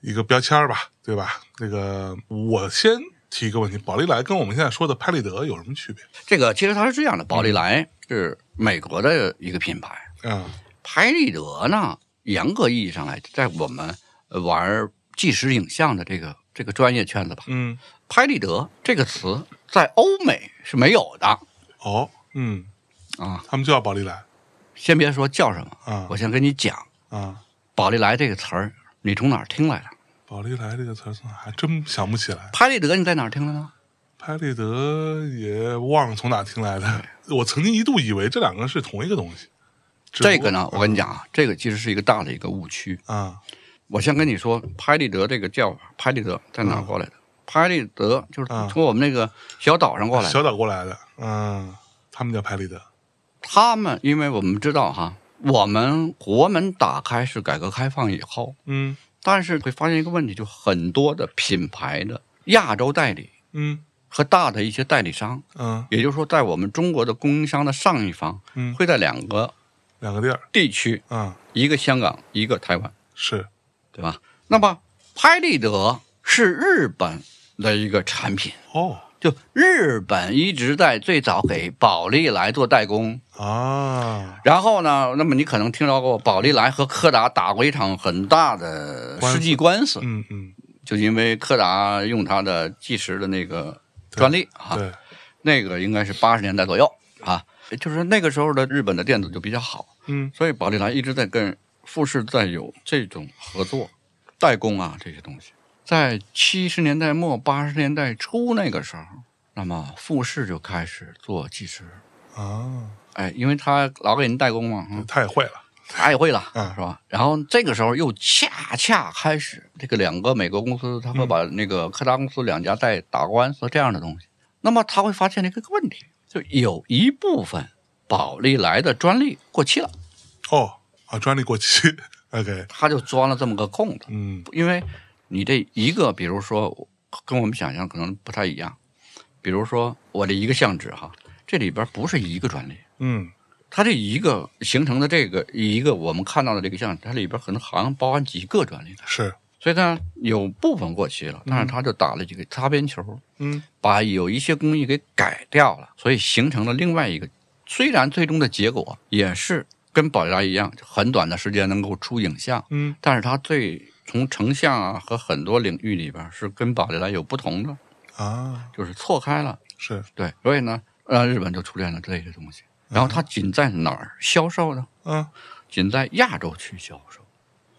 A: 一个标签儿吧，对吧？那个我先提一个问题，宝丽来跟我们现在说的拍立得有什么区别？
B: 这个其实它是这样的，宝丽来是美国的一个品牌，
A: 嗯
B: 拍立得呢，严格意义上来，在我们呃玩纪实影像的这个这个专业圈子吧，
A: 嗯，
B: 拍立得这个词在欧美是没有的
A: 哦，嗯，
B: 啊。
A: 他们就叫宝丽来
B: 先别说叫什么，
A: 啊
B: 我先跟你讲，
A: 啊！
B: 宝丽来这个词儿你从哪儿听来的？
A: 宝丽来这个词儿从哪还真想不起来，
B: 拍立得你在哪儿听的呢？
A: 拍立得也忘了从哪听来的。我曾经一度以为这两个是同一个东西，只不过
B: 这个呢，我跟你讲啊，这个其实是一个大的一个误区。
A: 啊，
B: 我先跟你说，拍立得这个叫法，拍立得在哪
A: 嗯
B: 儿过来的？拍立得就是从我们那个小岛上过来的。
A: 啊小岛过来的，嗯，他们叫拍立得，
B: 他们因为我们知道哈，我们国门打开是改革开放以后，
A: 嗯
B: 但是会发现一个问题，就很多的品牌的亚洲代理
A: 嗯
B: 和大的一些代理商，
A: 嗯
B: 也就是说，在我们中国的供应商的上一方，
A: 嗯，
B: 会在两个
A: 两个地儿，
B: 地区，
A: 嗯，
B: 一个香港，一个台湾，
A: 是，
B: 对吧？那么拍立得是日本的一个产品。
A: 哦
B: 就日本一直在最早给宝丽来做代工，
A: 啊，
B: 然后呢，那么你可能听到过宝丽来和柯达打过一场很大的
A: 官司
B: 世纪官司，
A: 嗯嗯，
B: 就因为柯达用它的计时的那个专利啊，
A: 嗯对，
B: 那个应该是八十年代左右啊，就是那个时候的日本的电子就比较好，
A: 嗯
B: 所以宝丽来一直在跟富士在有这种合作代工啊这些东西。在七十年代末八十年代初那个时候，那么富士就开始做计时，
A: 啊，
B: 哎，因为他老给人代工嘛，嗯
A: 他也会了，
B: 他也会了，
A: 嗯
B: 是吧？然后这个时候又恰恰开始这个两个美国公司，他会把那个柯达公司两家在打官司这样的东西，那么他会发现了一个问题，就有一部分宝丽来的专利过期了，
A: 哦啊，专利过期 *laughs* ，OK，
B: 他就钻了这么个空子。
A: 嗯
B: 因为你这一个，比如说跟我们想象可能不太一样，比如说我这一个相纸哈，这里边不是一个专利，
A: 嗯，
B: 它这一个形成的这个一个我们看到的这个相纸，它里边可能好像包含几个专利的，
A: 是，
B: 所以呢有部分过期了，但是它就打了几个擦边球，
A: 嗯
B: 把有一些工艺给改掉了，所以形成了另外一个，虽然最终的结果也是跟宝丽来一样，很短的时间能够出影像。
A: 嗯
B: 但是它最从成像啊和很多领域里边儿是跟宝丽来有不同的，
A: 啊，
B: 就是错开了。
A: 是，
B: 对，所以呢，呃，日本就出现了这类的东西。然后它仅在哪儿销售呢？
A: 嗯
B: 仅在亚洲区销售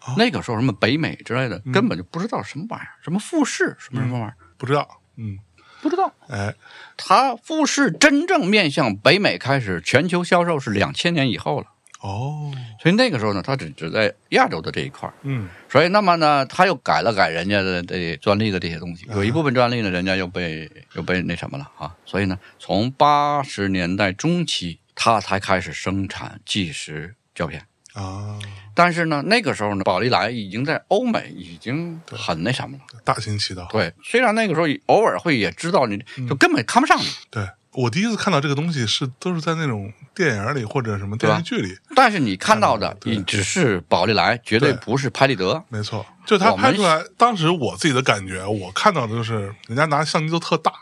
A: 哦。
B: 那个时候嗯什么北美之类的，根本就不知道什么玩意儿，什么富士什么什么玩意儿。
A: 不知道，嗯
B: 不知道。
A: 哎，
B: 它富士真正面向北美开始全球销售是两千年以后了，
A: 哦，
B: 所以那个时候呢，它只只在亚洲的这一块儿。
A: 嗯，
B: 所以那么呢，他又改了改人家的这专利的这些东西，有一部分专利呢，人家又被又被那什么了啊。所以呢，从八十年代中期，他才开始生产计时胶片。
A: 啊，
B: 但是呢，那个时候呢，宝丽来已经在欧美已经很那什么了。
A: 大行其道。
B: 对，嗯虽然那个时候偶尔会也知道你，就根本看不上你，
A: 对我第一次看到这个东西是都是在那种电影里或者什么电视剧里，
B: 但是你看到的
A: 嗯对
B: 也只是宝丽来，绝对
A: 对
B: 不是拍立得。
A: 没错，就他
B: 我们
A: 拍出来，当时我自己的感觉，我看到的就是人家拿相机都特大，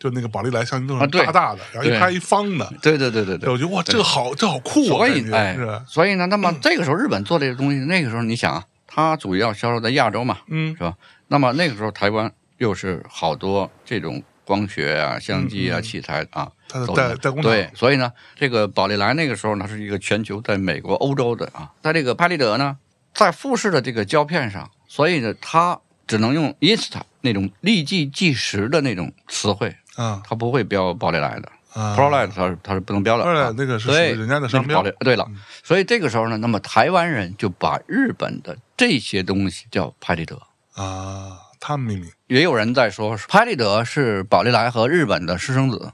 A: 就那个宝丽来相机都
B: 啊
A: 是
B: 对
A: 大大的，然后一
B: 对
A: 拍一方的，
B: 对对对对对
A: 对，我觉得哇，这个好，这好酷啊，
B: 所以
A: 感觉
B: 哎
A: 是吧，嗯
B: 所以呢，那么这个时候日本做这个东西，那个时候你想啊，它主要销售在亚洲嘛，
A: 嗯
B: 是吧？那么那个时候台湾又是好多这种光学啊、相机啊、
A: 嗯嗯
B: 器材啊，
A: 它的
B: 都
A: 代
B: 有
A: 代工厂
B: 对，所以呢，这个宝丽来那个时候呢是一个全球在美国、欧洲的啊，在这个拍立得呢，在富士的这个胶片上，所以呢，它只能用 insta 那种立即计时的那种词汇，
A: 啊
B: 它不会标宝丽来的。
A: 啊
B: Prolight 它是它是不能标的
A: 当然
B: 啊，
A: 那个是属于
B: 对
A: 人家的商标嗯
B: 那是保留对了，所以这个时候呢，那么台湾人就把日本的这些东西叫拍立得。
A: 啊，他们命名
B: 也有人在说，拍立得是宝丽来和日本的私生子，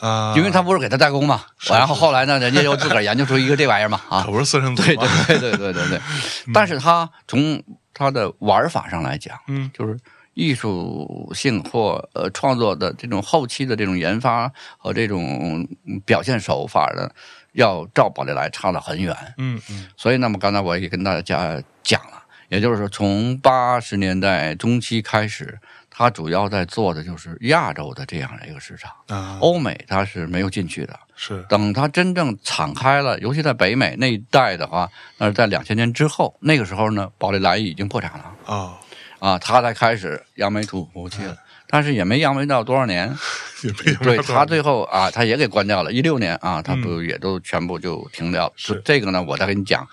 A: 啊，
B: 因为他不是给他代工嘛。然后后来呢，人家又自个儿研究出一个这玩意儿嘛啊
A: 可。不是私生子
B: 对
A: 吗
B: 对？对对对
A: *laughs*
B: 对对。
A: 嗯
B: 但是它从它的玩法上来讲，
A: 嗯，
B: 就是艺术性或呃创作的这种后期的这种研发和这种嗯表现手法呢，要照宝丽来差得很远。
A: 嗯嗯
B: 所以，那么刚才我也跟大家讲了，也就是说，从八十年代中期开始，它主要在做的就是亚洲的这样的一个市场，
A: 啊，
B: 欧美它是没有进去的。
A: 是
B: 等它真正敞开了，尤其在北美那一带的话，那是在两千年之后，那个时候呢，宝丽来已经破产了。
A: 啊，
B: 啊，他才开始扬眉吐吐气了，但是也没扬眉到多少年。
A: 也没有
B: 对
A: 啥
B: 他最后啊，他也给关掉了。一六年啊，他不也都全部就停掉了。
A: 是
B: 这个呢，我再跟你讲，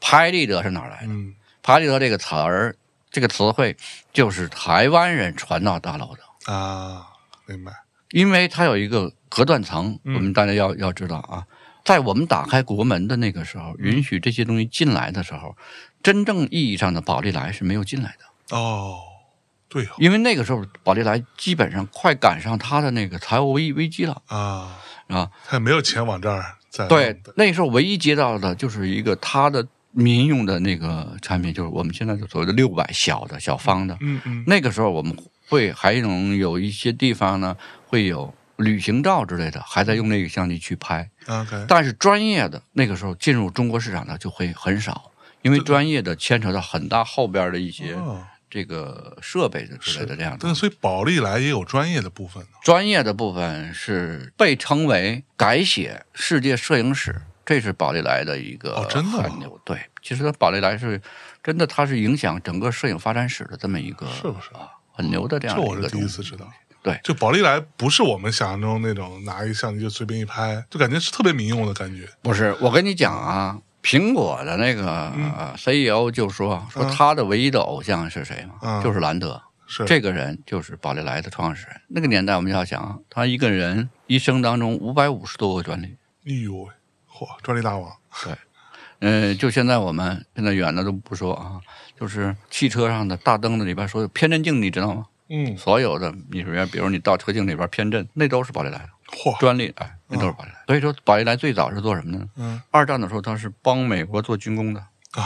B: 拍立得是哪儿来的？
A: 嗯
B: 拍立得这个词儿，这个词汇就是台湾人传到大陆的，
A: 啊，明白
B: 因为它有一个隔断层，我
A: 嗯
B: 们大家要要知道啊。在我们打开国门的那个时候，允许这些东西进来的时候，真正意义上的宝丽来是没有进来的。
A: 哦，对哦
B: 因为那个时候宝丽来基本上快赶上它的那个财务危危机了
A: 啊，
B: 啊。
A: 他也没有钱往这儿再
B: 对
A: 弄的，
B: 那时候唯一接到的就是一个它的民用的那个产品，就是我们现在所谓的六百小的小方的。
A: 嗯嗯
B: 那个时候我们会还能有一些地方呢会有旅行照之类的，还在用那个相机去拍。
A: ，OK，
B: 但是专业的那个时候进入中国市场的就会很少，因为专业的牵扯到很大后边的一些
A: 哦
B: 这个设备的之类的这样的。
A: 但所以宝丽来也有专业的部分呢
B: 专业的部分是被称为改写世界摄影史，这是宝丽来的一个
A: 哦真的吗
B: 韩流对，其实宝丽来是真的，它是影响整个摄影发展史的这么一个
A: 是不是
B: 啊？很牛的这样
A: 这
B: 的一
A: 我
B: 个
A: 是第
B: 东
A: 一
B: 西
A: 次知道。
B: 对
A: 就宝丽来不是我们想象中那种拿一相机就随便一拍，就感觉是特别民用的感觉。
B: 不是，我跟你讲啊，苹果的那个呃 CEO 就说说
A: 嗯
B: 他的唯一的偶像是谁嘛
A: 嗯，
B: 就是兰德。
A: 是
B: 这个人就是宝丽来的创始人。那个年代，我们要想啊，他一个人一生当中五百五十多个专利，
A: 哎呦喂，嚯，专利大王
B: 嗯，就现在我们现在远的都不说啊，就是汽车上的大灯的里边说有偏振镜，你知道吗？
A: 嗯，
B: 所有的你里边，比如你倒车镜里边偏振，那都是宝丽来的
A: 嚯，哦
B: 专利，哎，那都是宝丽来。所以说，宝丽来最早是做什么呢？
A: 嗯，
B: 二战的时候，它是帮美国做军工的。
A: 哦，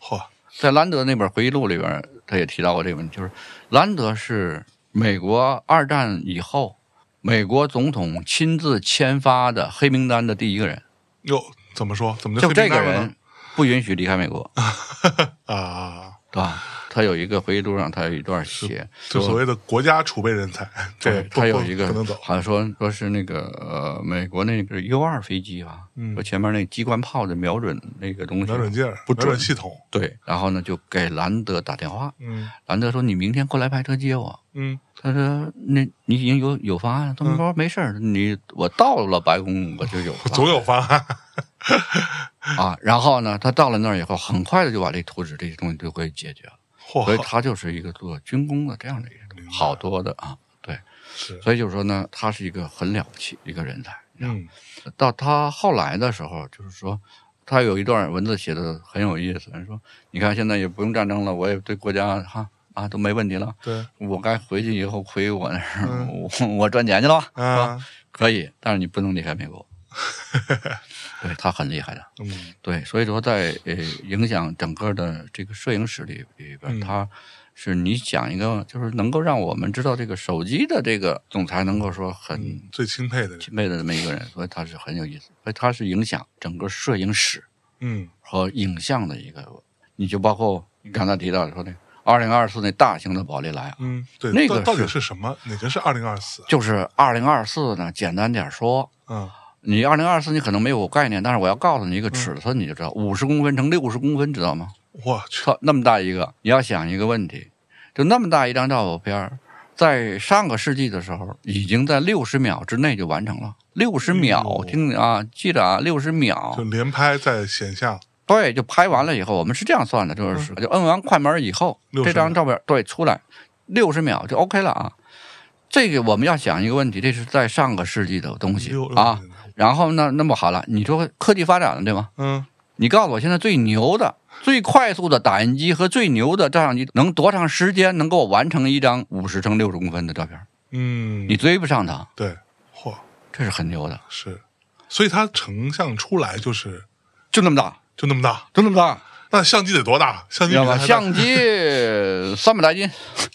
A: 嚯，
B: 在兰德那本回忆录里边，他也提到过这个问题，就是兰德是美国二战以后美国总统亲自签发的黑名单的第一个人，
A: 哟，怎么说？怎么
B: 就
A: 黑
B: 这
A: 名
B: 个
A: 单了呢
B: 人不允许离开美国。
A: 啊？
B: 对吧？他有一个回忆录上，他有一段写，
A: 就所
B: 说
A: 谓的国家储备人才，对， *laughs* 不
B: 他有一
A: 不能
B: 个
A: 走
B: 好像说说是那个呃美国那个 U 二飞机吧，
A: 嗯
B: 说前面那机关炮的瞄准那个东西
A: 瞄准镜儿、
B: 不
A: 瞄准
B: 准，
A: 系统，
B: 对，然后呢就给兰德打电话，
A: 嗯
B: 兰德说你明天过来派车接我。
A: 嗯，
B: 他说：“那你已经有有方案了？”他们说：“没事儿，你我到了白宫我就有方案
A: 总有方案 *laughs*
B: 啊。”然后呢，他到了那儿以后，很快的就把这图纸这些东西就会解决了。所以
A: 嚯，
B: 它就是一个做军工的这样的一个
A: 明白
B: 好多的啊，对，
A: 是，
B: 所以就是说呢，他是一个很了不起一个人才。
A: 嗯
B: 到他后来的时候，就是说，他有一段文字写的很有意思，说你看现在也不用战争了，我也对国家哈啊都没问题了，
A: 对
B: 我该回去以后回我那儿，
A: 嗯
B: 我我赚钱去了吧，是吧？
A: 啊
B: 可以，但是你不能离开
A: *laughs*
B: 美国。对他很厉害的，
A: 嗯
B: 对，所以说在呃影响整个的这个摄影史里里边，
A: 嗯
B: 他是你讲一个就是能够让我们知道这个手机的这个总裁能够说很。
A: 嗯，最钦佩的人，
B: 钦佩的这么一个人，所以他是很有意思，所以他是影响整个摄影史
A: 嗯
B: 和影像的一个。你就包括你刚才提到的说那二零二四那大型的宝丽来啊，
A: 嗯，对，
B: 那个
A: 到到底
B: 是
A: 是什么？哪个是二零二四？
B: 就是二零二四呢，简单点说。
A: 嗯
B: 你二零二四你可能没有概念，但是我要告诉你一个尺寸，你就知道五十公分乘六十公分，知道吗？
A: 我去，
B: 操，那么大一个，你要想一个问题，就那么大一张照片儿，在上个世纪的时候，已经在六十秒之内就完成了。六十秒，
A: 哎呦
B: 听啊，记着啊，六十秒
A: 就连拍在显像，
B: 对，就拍完了以后，我们是这样算的，
A: 嗯
B: 就是、就摁完快门以后，
A: 60
B: 这张照片对出来六十秒就 OK 了啊。这个我们要想一个问题，这是在上个世纪的东西
A: 六六
B: 啊
A: 十。年
B: 然后呢，那么好了，你说科技发展了对吗？
A: 嗯，
B: 你告诉我，现在最牛的、最快速的打印机和最牛的照相机能多长时间能够完成一张五十乘六十公分的照片？
A: 嗯，
B: 你追不上它，
A: 对，嚯，
B: 这是很牛的，
A: 是，所以它成像出来就是
B: 就那么大，
A: 就那么大。
B: 就那么大，
A: 那相机得多大？相
B: 你
A: 机
B: 知
A: 比
B: 道吧？
A: 它还大
B: 相机三百来斤。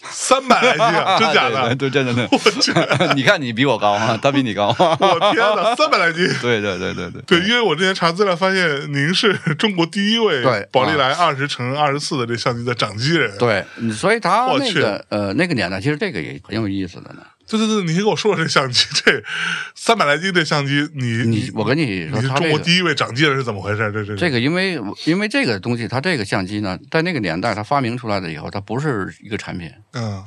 A: 三百来斤
B: *laughs*
A: 啊，真假的？
B: 对，对真
A: *laughs*
B: 的，真的。你看你比我高啊，他比你高。
A: 我天
B: *laughs*
A: 哪，三百来斤！
B: 对对对对对
A: 对，因为我之前查资料发现，您是中国第一位
B: 对啊
A: 宝丽来二十乘二十四的这相机的掌机人。，
B: 对，所以他
A: 我
B: 那
A: 去
B: 个呃那个年代，其实这个也很有意思的呢。
A: 对对对，你先跟我说说这相机，这三百来斤这相机，你
B: 你我跟你
A: 你
B: 说，
A: 是
B: 他
A: 中
B: 这
A: 国
B: 个
A: 第一位掌机人是怎么回事？这这
B: 这个，因为因为这个东西，它这个相机呢，在那个年代它发明出来了以后，它不是一个产品。
A: 嗯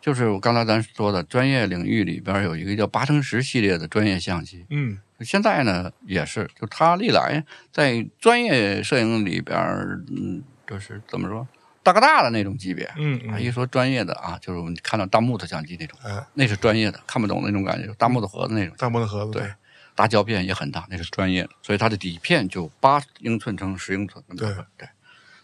B: 就是我刚才咱说的，专业领域里边有一个叫八乘十系列的专业相机，
A: 嗯
B: 现在呢也是，就他历来在专业摄影里边儿，嗯，就是怎么说，大哥大的那种级别
A: 嗯
B: 啊。
A: 嗯，
B: 一说专业的啊，就是我们看到大木头相机那种，
A: 哎，
B: 那是专业的，看不懂那种感觉，大木头盒子那种，
A: 大摩的盒子，
B: 对大胶片也很大，那是专业的，所以它的底片就八英寸乘十英寸，
A: 对
B: 对，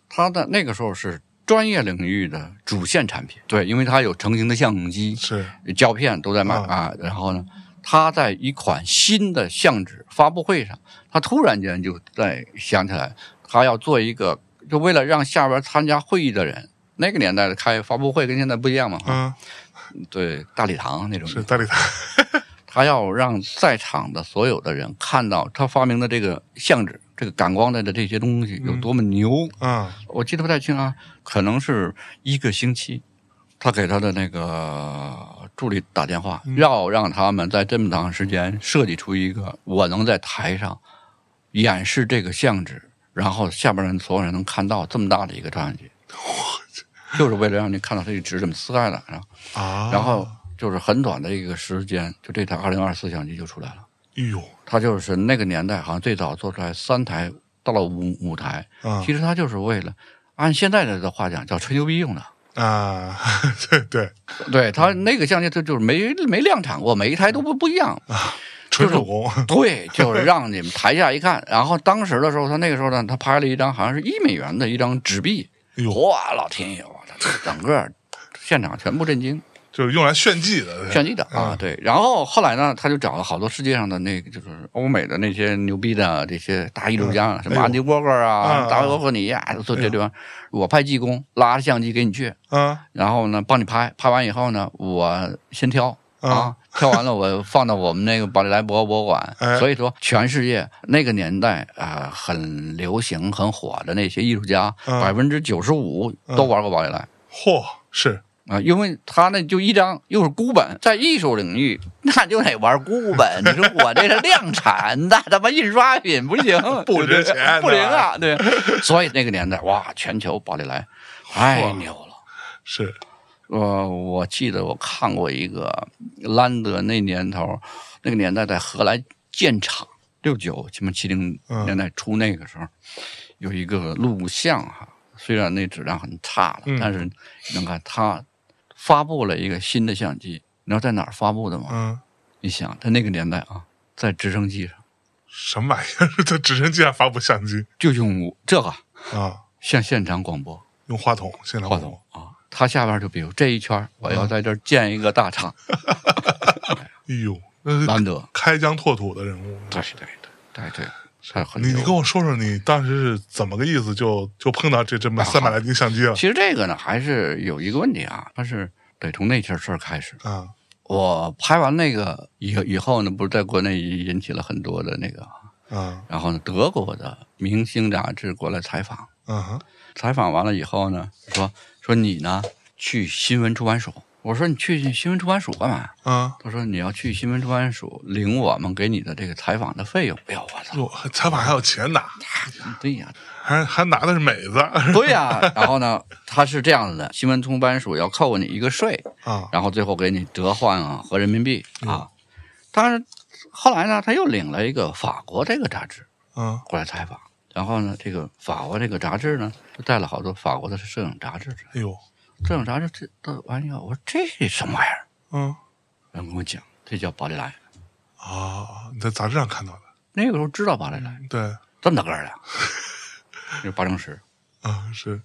B: 它的那个时候是专业领域的主线产品，对，因为它有成型的相机，
A: 是
B: 胶片都在卖啊。然后呢，他在一款新的相纸发布会上，他突然间就在想起来，他要做一个，就为了让下边参加会议的人，那个年代的开发布会跟现在不一样嘛，
A: 嗯
B: 对，大礼堂那种，
A: 是大理台，
B: 他要让在场的所有的人看到他发明的这个相纸。这个感光带的这些东西有多么牛，
A: 嗯
B: 我记得不太清啊，可能是一个星期，他给他的那个助理打电话，要让他们在这么长时间设计出一个我能在台上演示这个相纸，然后下边人所有人能看到这么大的一个照相机，就是为了让你看到这个纸怎么撕开的，然后
A: 啊，
B: 然后就是很短的一个时间，就这台二零二四相机就出来了。
A: 哎呦
B: 它就是那个年代好像最早做出来三台，到了五五台，
A: 啊
B: 其实它就是为了按现在的话讲叫吹牛逼用的。
A: 啊， *laughs* 对对，
B: 对它那个相机，它就是没没量产过，每一台都不不一样。
A: 啊纯手工，
B: 对，就是让你们台下一看。然后当时的时候，他那个时候呢，他拍了一张好像是一美元的一张纸币，
A: 哎呦，
B: 哇，老天爷，我操，整个现场全部震惊。
A: 就是用来炫技的，
B: 炫技的
A: 嗯
B: 啊，对。然后后来呢，他就找了好多世界上的那个，就是欧美的那些牛逼的这些大艺术家，什么
A: 哎呦
B: 安迪沃霍啊、
A: 啊
B: 达洛霍尼呀，就这地方，我拍技工，拉着相机给你去，
A: 啊
B: 然后呢帮你拍，拍完以后呢，我先挑。
A: 啊
B: 啊，挑完
A: *laughs*
B: 了我放到我们那个宝丽来博博物馆
A: 哎。
B: 所以说，全世界那个年代啊、呃很流行、很火的那些艺术家，
A: 嗯
B: 百分之九十五都玩过宝丽来。
A: 嚯，是
B: 啊，因为他那就一张又是孤本，在艺术领域那就得玩孤本。你说我这是量产的，他妈印刷品不行，
A: *laughs* 不值钱
B: 对不
A: 对
B: 灵
A: 吧
B: 啊，对。所以那个年代，哇，全球宝丽来太牛了。
A: 是，
B: 我呃我记得我看过一个兰德那年头，那个年代在荷兰建厂，六九什么七零
A: 嗯
B: 年代初那个时候，有一个录像哈，虽然那质量很差了，
A: 嗯
B: 但是能看他发布了一个新的相机，你知道在哪儿发布的吗？
A: 嗯，
B: 你想，在那个年代啊，在直升机上
A: 什么玩意儿？ *laughs* 这直升机还发布相机
B: 就用这个
A: 啊？
B: 像现场广播
A: 用话筒，现场
B: 话
A: 广
B: 筒
A: 播，
B: 啊，它下边就比如这一圈儿，
A: 嗯
B: 我要在这儿建一个
A: *laughs*
B: 大厂，
A: 哎呦，那是
B: 难得，
A: 开疆拓土的人物。
B: 对对对对对，太很
A: 你
B: 牛
A: 你跟我说说，你当时是怎么个意思就？就碰到这这么
B: 啊
A: 三百来斤相机了
B: 其实这个呢，还是有一个问题啊，但是得从那件事儿开始。
A: 啊？
B: 我拍完那个以后以后呢，不是在国内引起了很多的那个，
A: 啊
B: 然后呢，德国的明星杂志过来采访，
A: 嗯哼
B: 采访完了以后呢，说说你呢去新闻出版署，我说你去新闻出版署干嘛？
A: 啊！
B: 他说你要去新闻出版署领我们给你的这个采访的费用。哎呦，我操！
A: 哟，采访还有钱拿，
B: 对呀，
A: 还还拿的是美子
B: 对呀。然后呢，他是这样子的，新闻出版署要扣你一个税，
A: 啊！
B: 然后最后给你折换啊和人民币啊。当然，后来呢，他又领了一个法国这个杂志
A: 嗯
B: 过来采访。然后呢，这个法国这个杂志呢，就带了好多法国的摄影杂志。
A: 哎呦，
B: 摄影杂志这这玩意儿，我说这什么玩意儿？
A: 嗯
B: 然后跟我讲，这叫宝丽来。
A: 啊，你在杂志上看到的，
B: 那个时候知道宝丽来
A: 对
B: 这么大个儿的，那是八成十。
A: 啊是，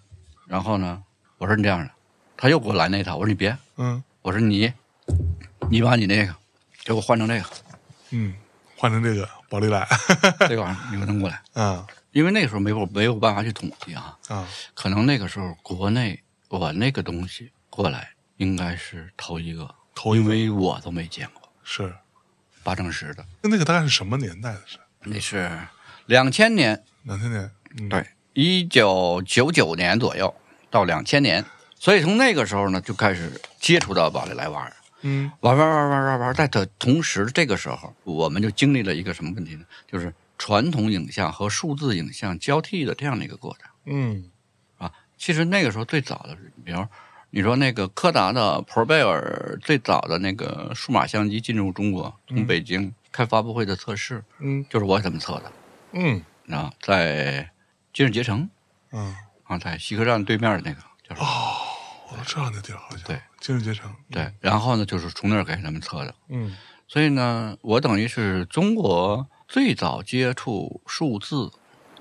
B: 然后呢，我说你这样的，他又给我来那一套。我说你别，
A: 嗯
B: 我说你，你把你那个给我换成这个，
A: 嗯，换成这个宝丽来
B: 这玩意儿你给我弄过来。
A: 啊
B: 因为那个时候没有没有办法去统计啊，
A: 啊
B: 可能那个时候国内我那个东西过来应该是头一个，
A: 头一
B: 因
A: 位
B: 为我都没见过
A: 是。
B: 八成十的，
A: 那那个大概是什么年代的事？
B: 那是两千年，
A: 两千年，嗯，
B: 对，一九九九年左右到两千年，所以从那个时候呢就开始接触到宝丽来玩儿。
A: 嗯
B: 玩玩玩玩玩玩，在的同时，这个时候我们就经历了一个什么问题呢？就是传统影像和数字影像交替的这样的一个过程。
A: 嗯
B: 其实那个时候最早的，比如你说那个柯达的普贝尔最早的那个数码相机进入中国，从北京开发布会的测试，
A: 嗯
B: 就是我怎么测的，
A: 嗯
B: 然后在金日杰城
A: 嗯，
B: 啊，在西客站对面的那个，就是、
A: 哦我知道那地儿好像
B: 对，
A: 金日杰城，
B: 对，然后呢就是从那儿给他们测的，
A: 嗯
B: 所以呢，我等于是中国最早接触数字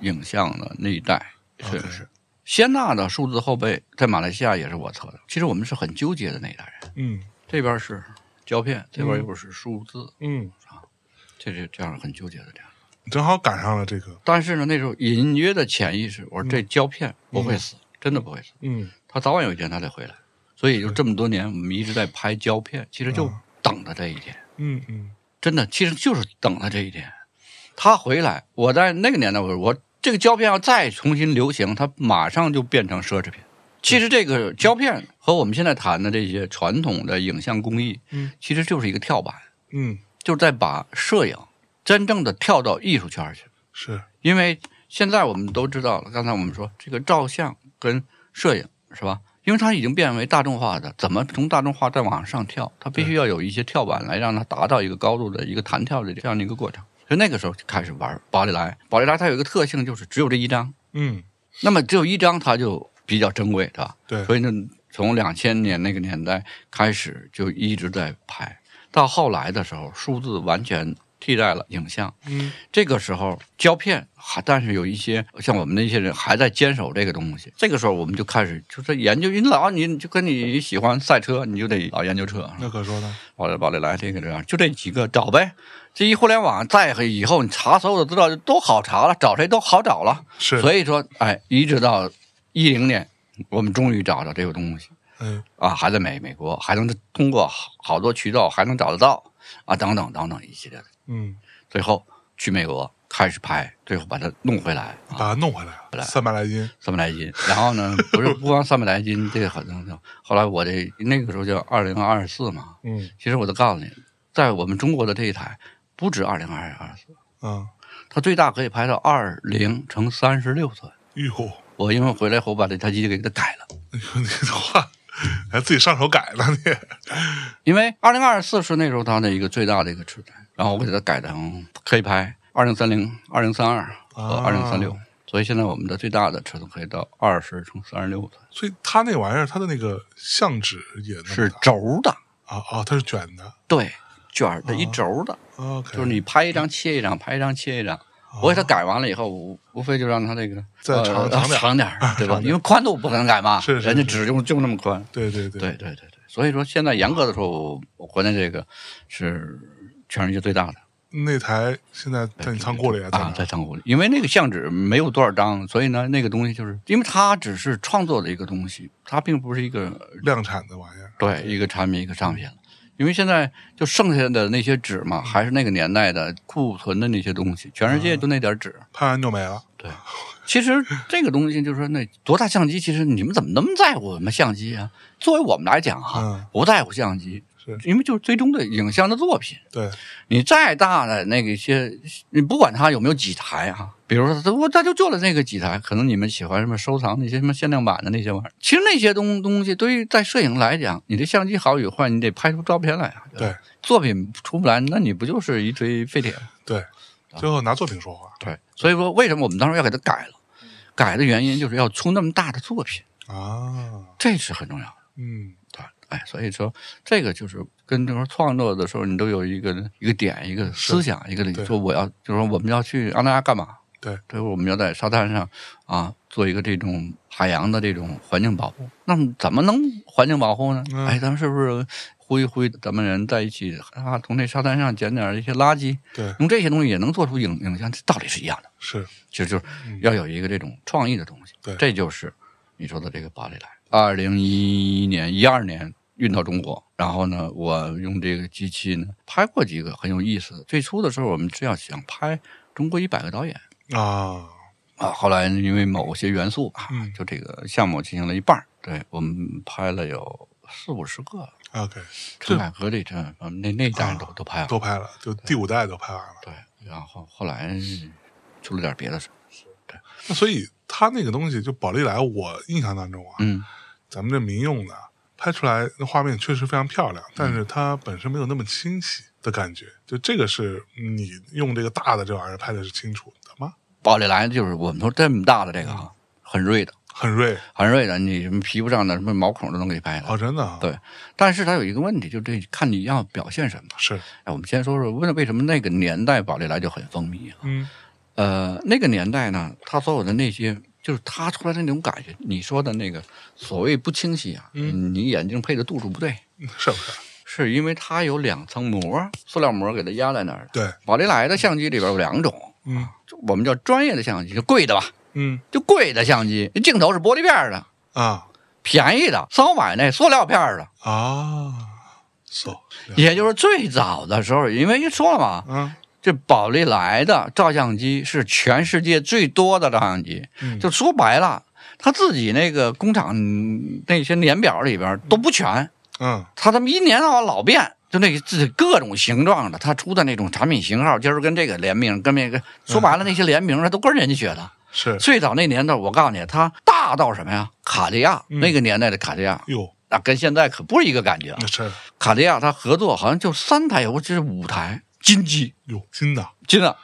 B: 影像的那一代，确
A: OK
B: 实是。先纳的数字后背在马来西亚也是我测的。其实我们是很纠结的那一代人，
A: 嗯
B: 这边是胶片，这边
A: 嗯
B: 又是数字，
A: 嗯，
B: 这是这样很纠结的这样。
A: 你正好赶上了这个，
B: 但是呢，那时候隐约的潜意识，我说这胶片不会死，真的不会死，
A: 嗯
B: 它早晚有一天它得回来。所以就这么多年，我们一直在拍胶片，其实就
A: 嗯
B: 等着这一天。
A: 嗯嗯
B: 真的，其实就是等他这一天，他回来。我在那个年代，我我这个胶片要再重新流行，它马上就变成奢侈品。其实这个胶片和我们现在谈的这些传统的影像工艺，
A: 嗯，
B: 其实就是一个跳板，
A: 嗯，
B: 就是在把摄影真正的跳到艺术圈儿去。
A: 是，
B: 因为现在我们都知道了，刚才我们说这个照相跟摄影是吧？因为它已经变为大众化的，怎么从大众化再往上跳？它必须要有一些跳板来让它达到一个高度的一个弹跳的这样的一个过程。所以那个时候就开始玩宝丽来，宝丽来它有一个特性就是只有这一张，
A: 嗯
B: 那么只有一张它就比较珍贵，是吧？
A: 对，
B: 所以呢，从两千年那个年代开始就一直在拍，到后来的时候，数字完全替代了影像，
A: 嗯
B: 这个时候胶片还，但是有一些像我们那些人还在坚守这个东西。这个时候我们就开始就是研究，你老你你就跟你喜欢赛车，你就得老研究车，
A: 那可说呢，
B: 宝来宝来来这个这样，就这几个找呗。这一互联网再和以后，你查所有的资料就都好查了，找谁都好找了。
A: 是，
B: 所以说，哎，一直到一零年，我们终于找到这个东西。
A: 嗯
B: 啊，还在美美国，还能通过好好多渠道还能找得到啊，等等等等一系列的。
A: 嗯，
B: 最后去美国开始拍，最后把它弄回来
A: 把
B: 啊，
A: 它弄回来了，三百来斤，
B: 三百来斤。然后呢，不是不光三百来斤，这个好像叫后来我这那个时候叫二零二四嘛。
A: 嗯
B: 其实我都告诉你，在我们中国的这一台不止二零二二四，
A: 啊，
B: 它最大可以拍到二零乘三十六寸。
A: 哟，
B: 我因为回来后把这台机给它改了，
A: 哎呦你的话还自己上手改了你，
B: 因为二零二四是那时候它的一个最大的一个尺寸，然后我给它改成可以拍二零三零、二零三二和
A: 啊
B: 二零三六，所以现在我们的最大的尺寸可以到二十乘三十六寸，
A: 所以它那玩意儿，它的那个相纸也那么啊
B: 是
A: 大
B: 轴的，
A: 啊哦，它是卷的。
B: 对，卷儿的一轴儿的，
A: OK，
B: 就是你拍一张切一张，拍一张切一张。我给它改完了以后，无无非就让它这个
A: 啊再
B: 呃
A: 长长点儿 *laughs*
B: 长点儿，对吧？因为宽度不可能改嘛，
A: 是是
B: 人家
A: 是
B: 只用就那么宽。
A: 对对对
B: 对对对对，所以说现在严格的说，我我国内这个是全世界最大的
A: 那台现在在你仓库里啊，在哪
B: 啊
A: 儿，
B: 在仓库里，因为那个相纸没有多少张，所以呢，那个东西就是因为它只是创作的一个东西，它并不是一个
A: 量产的玩意儿。
B: 对一个产品一个商品了。因为现在就剩下的那些纸
A: 嗯
B: 嘛，还是那个年代的库存的那些东西，全世界就那点儿纸。
A: 拍完就没了。
B: 其实这个东西就是说，那多大相机，其实你们怎么那么在乎我们相机啊？作为我们来讲哈、
A: 嗯
B: 不在乎相机
A: 是，
B: 因为就是最终的影像的作品。
A: 对，
B: 你再大的那个一些，你不管它有没有几台啊，比如说它我它就做了那个几台，可能你们喜欢什么收藏那些什么限量版的那些玩意儿，其实那些东东西对于在摄影来讲，你这相机好与坏，你得拍出照片来啊。吧
A: 对
B: 作品出不来，那你不就是一堆废铁吗？
A: 对，最后拿作品说话
B: 对，所以说为什么我们当时要给它改了？改的原因就是要出那么大的作品，
A: 啊。
B: 这是很重要的。
A: 嗯，
B: 对，哎，所以说这个就是跟这个创作的时候，你都有一个一个点、一个思想、一个理
A: 对
B: 说我要，就是说我们要去安那亚干嘛？
A: 对，
B: 对，我们要在沙滩上啊做一个这种海洋的这种环境保护。那么怎么能环境保护呢？
A: 嗯
B: 哎，咱们是不是呼一呼咱们人在一起啊，从这沙滩上捡点一些垃圾，
A: 对，
B: 用这些东西也能做出影影像，这道理是一样的。
A: 是
B: 其实就是要有一个这种创意的东西。
A: 嗯对
B: 这就是你说的这个巴黎来。二零一一年、一二年运到中国，然后呢，我用这个机器呢拍过几个很有意思的。最初的时候，我们是要想拍中国一百个导演
A: 啊，
B: 啊，后来因为某些元素吧，
A: 嗯
B: 就这个项目进行了一半儿。对我们拍了有四五十个，
A: OK，
B: 陈凯歌这阵，我们那那一代都、都拍了。
A: 啊都拍了，就第五代都拍完了。
B: 对，然后后来出了点别的事儿。啊
A: 那所以他那个东西，就宝丽来，我印象当中啊，
B: 嗯，
A: 咱们这民用的拍出来那画面确实非常漂亮，但
B: 嗯
A: 是它本身没有那么清晰的感觉。就这个是你用这个大的这玩意儿拍的是清楚的吗？
B: 宝丽来就是我们说这么大的这个
A: 嗯
B: 啊，很锐的，
A: 很锐，
B: 很锐的，你什么皮肤上的什么毛孔都能给拍下来。
A: 哦，真的啊，
B: 对，但是它有一个问题，就这看你要表现什么。
A: 是，
B: 哎，我们先说说为为什么那个年代宝丽来就很风靡啊？
A: 嗯，
B: 呃，那个年代呢，它所有的那些就是它出来的那种感觉，你说的那个所谓不清晰啊，
A: 嗯
B: 你眼睛配的度数不对，
A: 是不是？
B: 是因为它有两层膜，塑料膜给它压在那儿的。
A: 对，
B: 宝丽来的相机里边有两种，
A: 嗯
B: 就我们叫专业的相机，就贵的吧，
A: 嗯
B: 就贵的相机，镜头是玻璃片儿的，
A: 啊
B: 便宜的骚买那塑料片儿的。
A: 啊，so，
B: 也就是最早的时候，因为说了嘛，
A: 嗯
B: 这宝丽来的照相机是全世界最多的照相机。
A: 嗯，
B: 就说白了，他自己那个工厂嗯那些年表里边都不全，
A: 嗯
B: 他他妈一年到晚老变。就那个自己各种形状的，他出的那种产品型号，今儿跟这个联名，跟那个说白了，那些联名的都跟人家学的。
A: 是，
B: 最早那年头，我告诉你，它大到什么呀？卡地亚、
A: 嗯
B: 那个年代的卡地亚，
A: 哟，
B: 那跟现在可不是一个感觉啊。
A: 那是
B: 卡地亚它合作好像就三台，或者是五台金鸡，
A: 哟，金的，
B: 真
A: *laughs*
B: 的。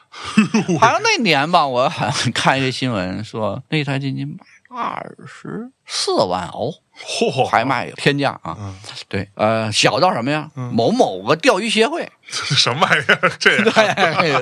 B: 好像那年吧，我好像看一个新闻说，那台金鸡卖二十四万欧，
A: 嚯，
B: 还卖天价啊。
A: 嗯，
B: 对，呃，小到什么呀？
A: 嗯
B: 某某个钓鱼协
A: *laughs*
B: 会，
A: 什么玩意
B: *laughs*
A: 儿？这也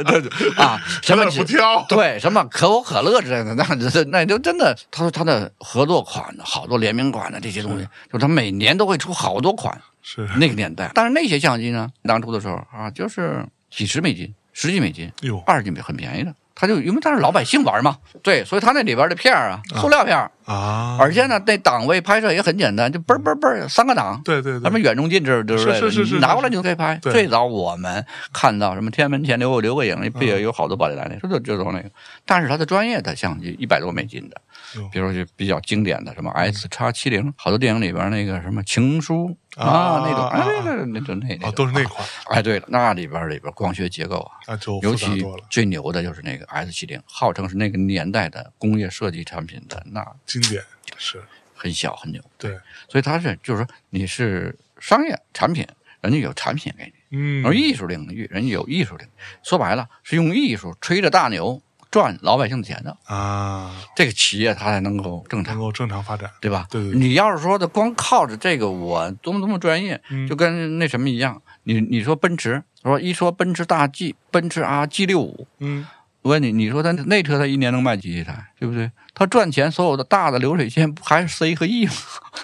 B: 对对对啊，什么
A: *laughs* 有点不挑
B: *laughs* 对，什么可口可乐之类的，那那那就真的，他说他的合作款的好多联名款的这些东西，就他每年都会出好多款，
A: 是，
B: 那个年代。但是那些相机呢，当初的时候啊，就是几十美金、十几美金、 *laughs*
A: 哟
B: 二十几美，很便宜的。他就因为他是老百姓玩嘛，对，所以他那里边的片儿啊，塑料片儿，
A: 啊，
B: 而且呢，那档位拍摄也很简单，就嘣嘣嘣三个档。
A: 对对
B: 什
A: 对
B: 么，远中近之之类的，
A: 是是是是
B: 你拿过来你就可以拍。
A: 对
B: 最早我们看到什么天安门前留个留个影，不
A: 嗯
B: 也有好多宝丽来那，这就这种那个。但是它的专业的相机一百多美金的
A: 哟，
B: 比如说就比较经典的什么 S 叉七零，好多电影里边那个什么情书啊
A: 啊
B: 那种，
A: 啊
B: 哎
A: 啊
B: 那那那那
A: 啊，
B: 那
A: 都是那
B: 种。
A: 款，
B: 哎，对了，那里边里边光学结构啊，
A: 那就
B: 尤
A: 哦复杂
B: 其
A: 多了，
B: 最牛的就是那个 S 七零，号称是那个年代的工业设计产品的，那
A: 经典是，
B: 很小很牛。
A: 对，
B: 所以它是就是说你是商业产品，人家有产品给你；
A: 嗯，
B: 而艺术领域，人家有艺术领域。说白了是用艺术吹着大牛，赚老百姓的钱的，
A: 啊，
B: 这个企业它才能够正常
A: 能。够正常发展。
B: 对吧？
A: 嗯对对对
B: 你要是说的光靠着这个我多么多么专业，
A: 嗯
B: 就跟那什么一样，你你说奔驰，说一说奔驰大 G，奔驰 R G 六五，
A: 嗯，
B: 我问你，你说他那车他一年能卖几亿台，对不对？他赚钱所有的大的流水线不还是 C 和 E 吗？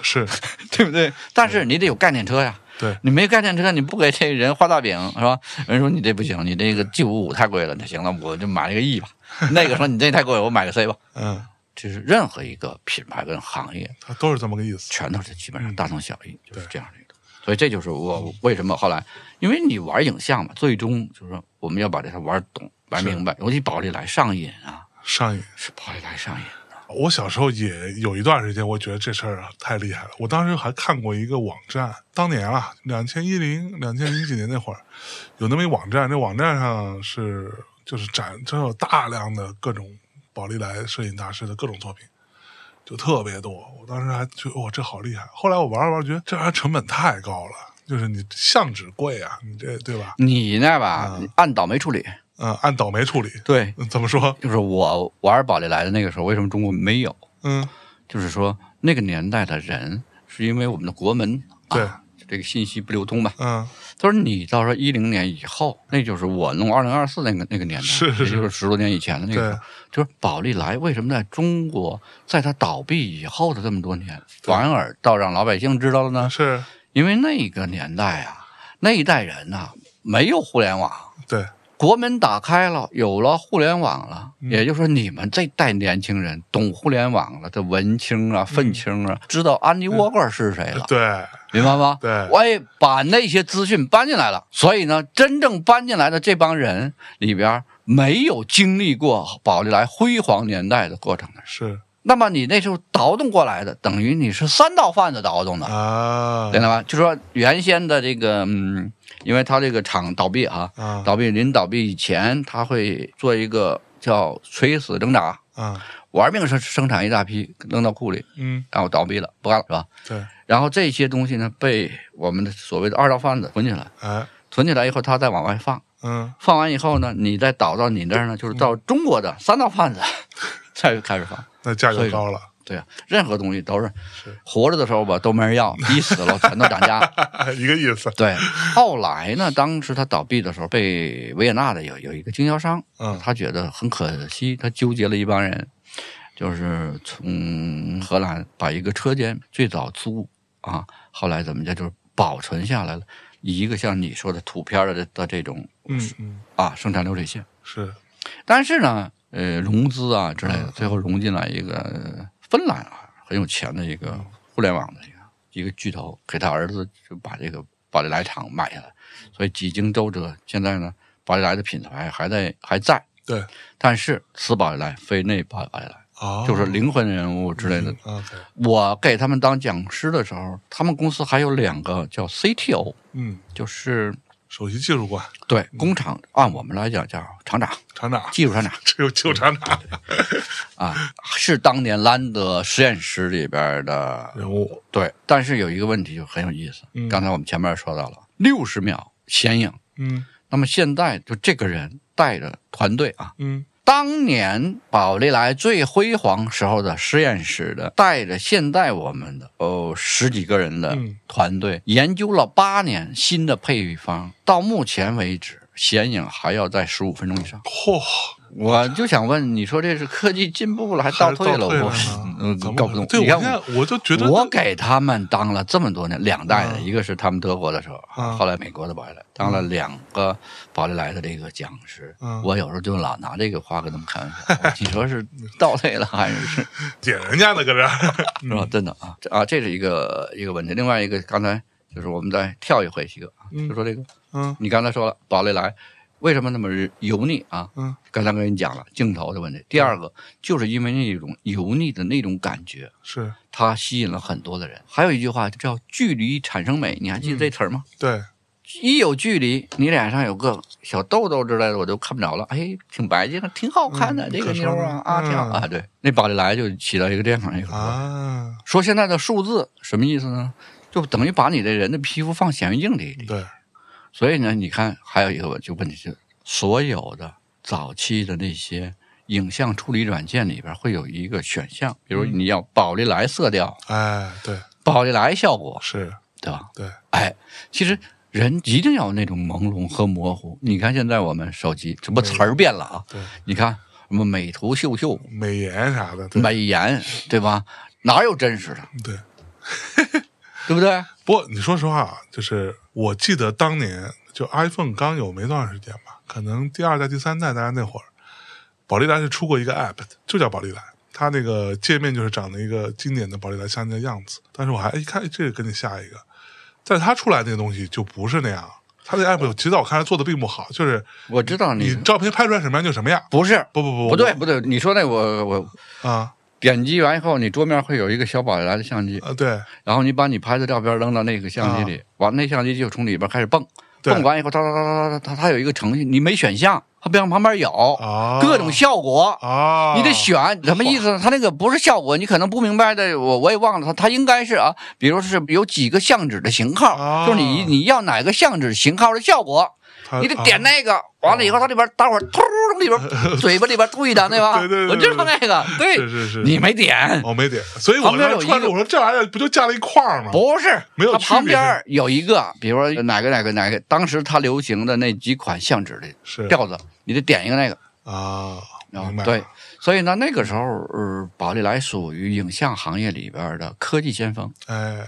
A: 是
B: 对不对？但是你得有概念车呀。
A: 对
B: 你没概念车，你不给这人画大饼是吧？人说你这不行，你这个 G 五五太贵了，那行了，我就买一个 E 吧。那个说你这太贵了，我买个 C 吧。
A: 嗯，
B: 就是任何一个品牌跟行业，
A: 它都是这么个意思。
B: 全都是基本上大同小异，就是这样的一个。所以这就是我为什么后来，因为你玩影像嘛，最终就是说我们要把这个玩懂、玩明白。尤其宝丽来上瘾啊，
A: 上瘾。
B: 是宝丽来上瘾。
A: 我小时候也有一段时间，我觉得这事儿啊太厉害了。我当时还看过一个网站，当年啊，两千一零、两千零几年那会儿，有那么一网站，那网站上是就是展，真有大量的各种宝丽来摄影大师的各种作品，就特别多。我当时还觉得哇，这好厉害。后来我玩了玩，觉得这玩意儿成本太高了，就是你相纸贵啊，你这对吧？
B: 你那吧，你按倒霉处理。
A: 嗯，按倒霉处理。
B: 对，
A: 嗯怎么说？
B: 就是我玩宝丽来的那个时候，为什么中国没有？
A: 嗯，
B: 就是说那个年代的人，是因为我们的国门
A: 对
B: 啊，这个信息不流通吧。
A: 嗯，
B: 他说你到时候一零年以后，那就是我弄二零二四那个那个年代，
A: 是是
B: 也就是十多年以前的那个时
A: 对
B: 候，就是宝丽来为什么在中国，在它倒闭以后的这么多年，反而倒让老百姓知道了呢？
A: 是
B: 因为那个年代啊，那一代人呐、没有互联网，
A: 对，
B: 国门打开了，有了互联网了，
A: 嗯
B: 也就是说，你们这代年轻人懂互联网了，这文青
A: 嗯
B: 啊、愤青啊，知道安妮沃克是谁了，
A: 对，
B: 明白吗？
A: *laughs* 对
B: 我也把那些资讯搬进来了，所以呢，真正搬进来的这帮人里边，没有经历过宝丽来辉煌年代的过程的人，
A: 是
B: 那么你那时候倒腾过来的，等于你是三道贩子倒腾的，
A: 啊，
B: 明白吗？就说原先的这个，嗯，因为他这个厂倒闭啊，
A: 啊
B: 倒闭临倒闭以前，他会做一个叫垂死挣扎，
A: 啊，
B: 玩命生生产一大批扔到库里，
A: 嗯，
B: 然后倒闭了不干了是吧？
A: 对，
B: 然后这些东西呢被我们的所谓的二道贩子囤起来，
A: 哎，
B: 囤起来以后他再往外放，
A: 嗯，
B: 放完以后呢，你再倒到你这儿呢，就是到中国的三道贩子 *laughs* 再开始放。
A: 那价
B: 所
A: 格
B: 以
A: 高了， *laughs*
B: 对啊，任何东西都是活着的时候吧都没人要，一死了全都涨价。
A: 一个意思，
B: 对，后来呢，当时他倒闭的时候，被维也纳的有有一个经销商，
A: 嗯
B: 他觉得很可惜，他纠结了一帮人，就是从荷兰把一个车间最早租啊，后来怎么着就是保存下来了，以一个像你说的图片的的这种
A: 嗯嗯，
B: 啊生产流水线，
A: 是，
B: 但是呢，呃，融资啊之类
A: 嗯
B: 的，最后融进来一个呃芬兰啊很有钱的一个互联网的一个一个巨头，给他儿子就把这个宝丽来厂买下来，所以几经周折，现在呢，宝丽来的品牌还在还在，
A: 对，
B: 但是此宝丽来非那宝丽来，
A: 啊，
B: 就是灵魂人物之类的。
A: 嗯，OK，
B: 我给他们当讲师的时候，他们公司还有两个叫 CTO，
A: 嗯，
B: 就是
A: 首席技术官，
B: 对工厂，按我们来讲叫厂长、
A: 厂长， *laughs*
B: 技术厂长。
A: 这有就厂长
B: 嗯啊，是当年兰德实验室里边的
A: 人物，
B: 对，但是有一个问题就很有意思，
A: 嗯
B: 刚才我们前面说到了六十秒显影，
A: 嗯
B: 那么现在就这个人带着团队啊，
A: 嗯，
B: 当年宝丽来最辉煌时候的实验室的，带着现在我们的哦十几个人的
A: 嗯
B: 团队，研究了八年新的配方，到目前为止显影还要在十五分钟以上。
A: 嚯，
B: 我就想问，你说这是科技进步了还
A: 还
B: 倒
A: 是
B: 退了？
A: 倒退了
B: 我
A: 呢
B: 嗯
A: 怎么
B: 搞不懂。
A: 对，
B: 你
A: 我
B: 看
A: 现在我就觉得
B: 我给他们当了这么多年两代的，
A: 嗯
B: 一个是他们德国的时候，
A: 嗯
B: 后来美国的宝丽来，当了两个宝丽来的这个讲师。
A: 嗯
B: 我有时候就老拿这个话跟他们开玩
A: *laughs*
B: 笑，你说是倒退了还是
A: 点人家呢，搁这儿，
B: 是
A: 嗯
B: 吧？真的啊，这啊，这是一个一个问题。另外一个，刚才就是我们再跳一回去啊，
A: 嗯
B: *laughs* 就说这个，
A: 嗯
B: 你刚才说了宝丽来为什么那么油腻啊？
A: 嗯，
B: 刚才跟你讲了镜头的问题。第二个就是因为那种油腻的那种感觉，
A: 是
B: 它吸引了很多的人。还有一句话叫“距离产生美”，你还
A: 嗯
B: 记得这词儿吗？
A: 对，
B: 一有距离，你脸上有个小痘痘之类的，我都看不着了。哎，挺白净，挺好看的、
A: 嗯
B: 这个
A: 可
B: 妞儿
A: 说
B: 啊
A: 呢
B: 啊，挺好
A: 嗯
B: 啊。对，那宝丽来就起到一个这样的一个作用
A: 啊，
B: 说现在的数字什么意思呢？就等于把你这人的皮肤放显微镜里，
A: 对，
B: 所以呢，你看，还有一个问就问题是，所有的早期的那些影像处理软件里边会有一个选
A: 嗯
B: 项，比如你要宝丽来色调、
A: 哎，对，
B: 宝丽来效果，
A: 是，
B: 对吧？
A: 对，
B: 哎，其实人一定要有那种朦胧和模糊。你看现在我们手机，这不词儿变了啊？
A: 嗯对，
B: 你看什么美图秀秀、
A: 美颜啥的，对，
B: 美颜，对吧？哪有真实的，
A: 对。
B: 对不对？
A: 不过你说实话啊，就是我记得当年就 iPhone 刚有没多长时间吧，可能第二代、第三代，大家那会儿，宝丽来是出过一个 App 的，就叫宝丽来。它那个界面就是长得一个经典的宝丽来相机的样子，但是我还一看，哎这个给你下一个，但是它出来那个东西就不是那样，它
B: 嗯
A: 那 app 其实在我看来做的并不好，就是
B: 我知道
A: 你
B: 你
A: 照片拍出来什么样就什么样，
B: 不是
A: 不不不
B: 嗯不对不对，你说那我我
A: 啊
B: 点击完以后，你桌面会有一个小宝丽来的相机，
A: 啊对
B: 然后你把你拍的照片扔到那个相机里，完那相机就从里边开始蹦，
A: 对
B: 蹦完以后，哒哒哒哒哒，它它有一个程序，你没选项，它不像旁边有
A: 啊
B: 各种效果，
A: 啊，
B: 你得选什么意思呢？它那个不是效果，你可能不明白的，我我也忘了它，它应该是啊，比如是有几个相纸的型号，
A: 啊
B: 就是你你要哪个相纸型号的效果，
A: 它
B: 你得点
A: 啊
B: 那个，完了以后它里边待会儿突从里边嘴巴里边吐一张，对吧？
A: 对对对对
B: 我知道那个，
A: 是
B: 对，
A: 是是，
B: 你没
A: *laughs*
B: 点，
A: 哦我没点，所以我
B: 旁边
A: 当
B: 有
A: 时
B: 一
A: 穿着
B: 个
A: 我说这玩意儿不就架了一块儿吗？
B: 啊不是，
A: 没有
B: 它
A: 区
B: 旁
A: 别
B: 边有一个，比如说呃哪个哪个哪个，当时它流行的那几款相纸的
A: 是
B: 调子，你得点一个那个。
A: 啊，
B: 啊
A: 明白，了
B: 对，所以呢，那个时候，呃，宝丽来属于影像行业里边的科技先锋。
A: 哎，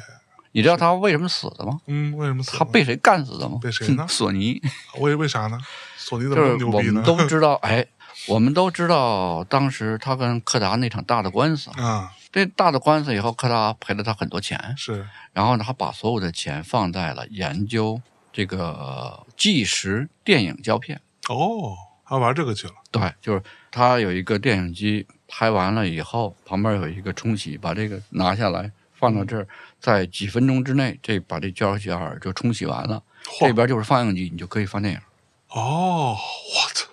B: 你知道他为什么死的吗？
A: 嗯，为什么死了
B: 他被谁干死的吗？
A: 被谁呢
B: 哼 *laughs* 索尼。
A: 为为啥呢？索尼
B: 就
A: 怎么这么
B: 是
A: 牛
B: 我
A: 逼呢
B: 们？都知道，哎，我们都知道，当时他跟柯达那场大的官司，
A: 啊，
B: 这大的官司以后，柯达赔了他很多钱，
A: 是
B: 然后呢，他把所有的钱放在了研究这个呃纪实电影胶片。
A: 哦，他玩这个去了
B: 对，就是他有一个电影机，拍完了以后，旁边有一个冲洗，把这个拿下来放到这儿，在几分钟之内，这把这胶卷儿就冲洗完了，
A: 嚯
B: 这边就是放映机，你就可以放电影。
A: 哦，我操，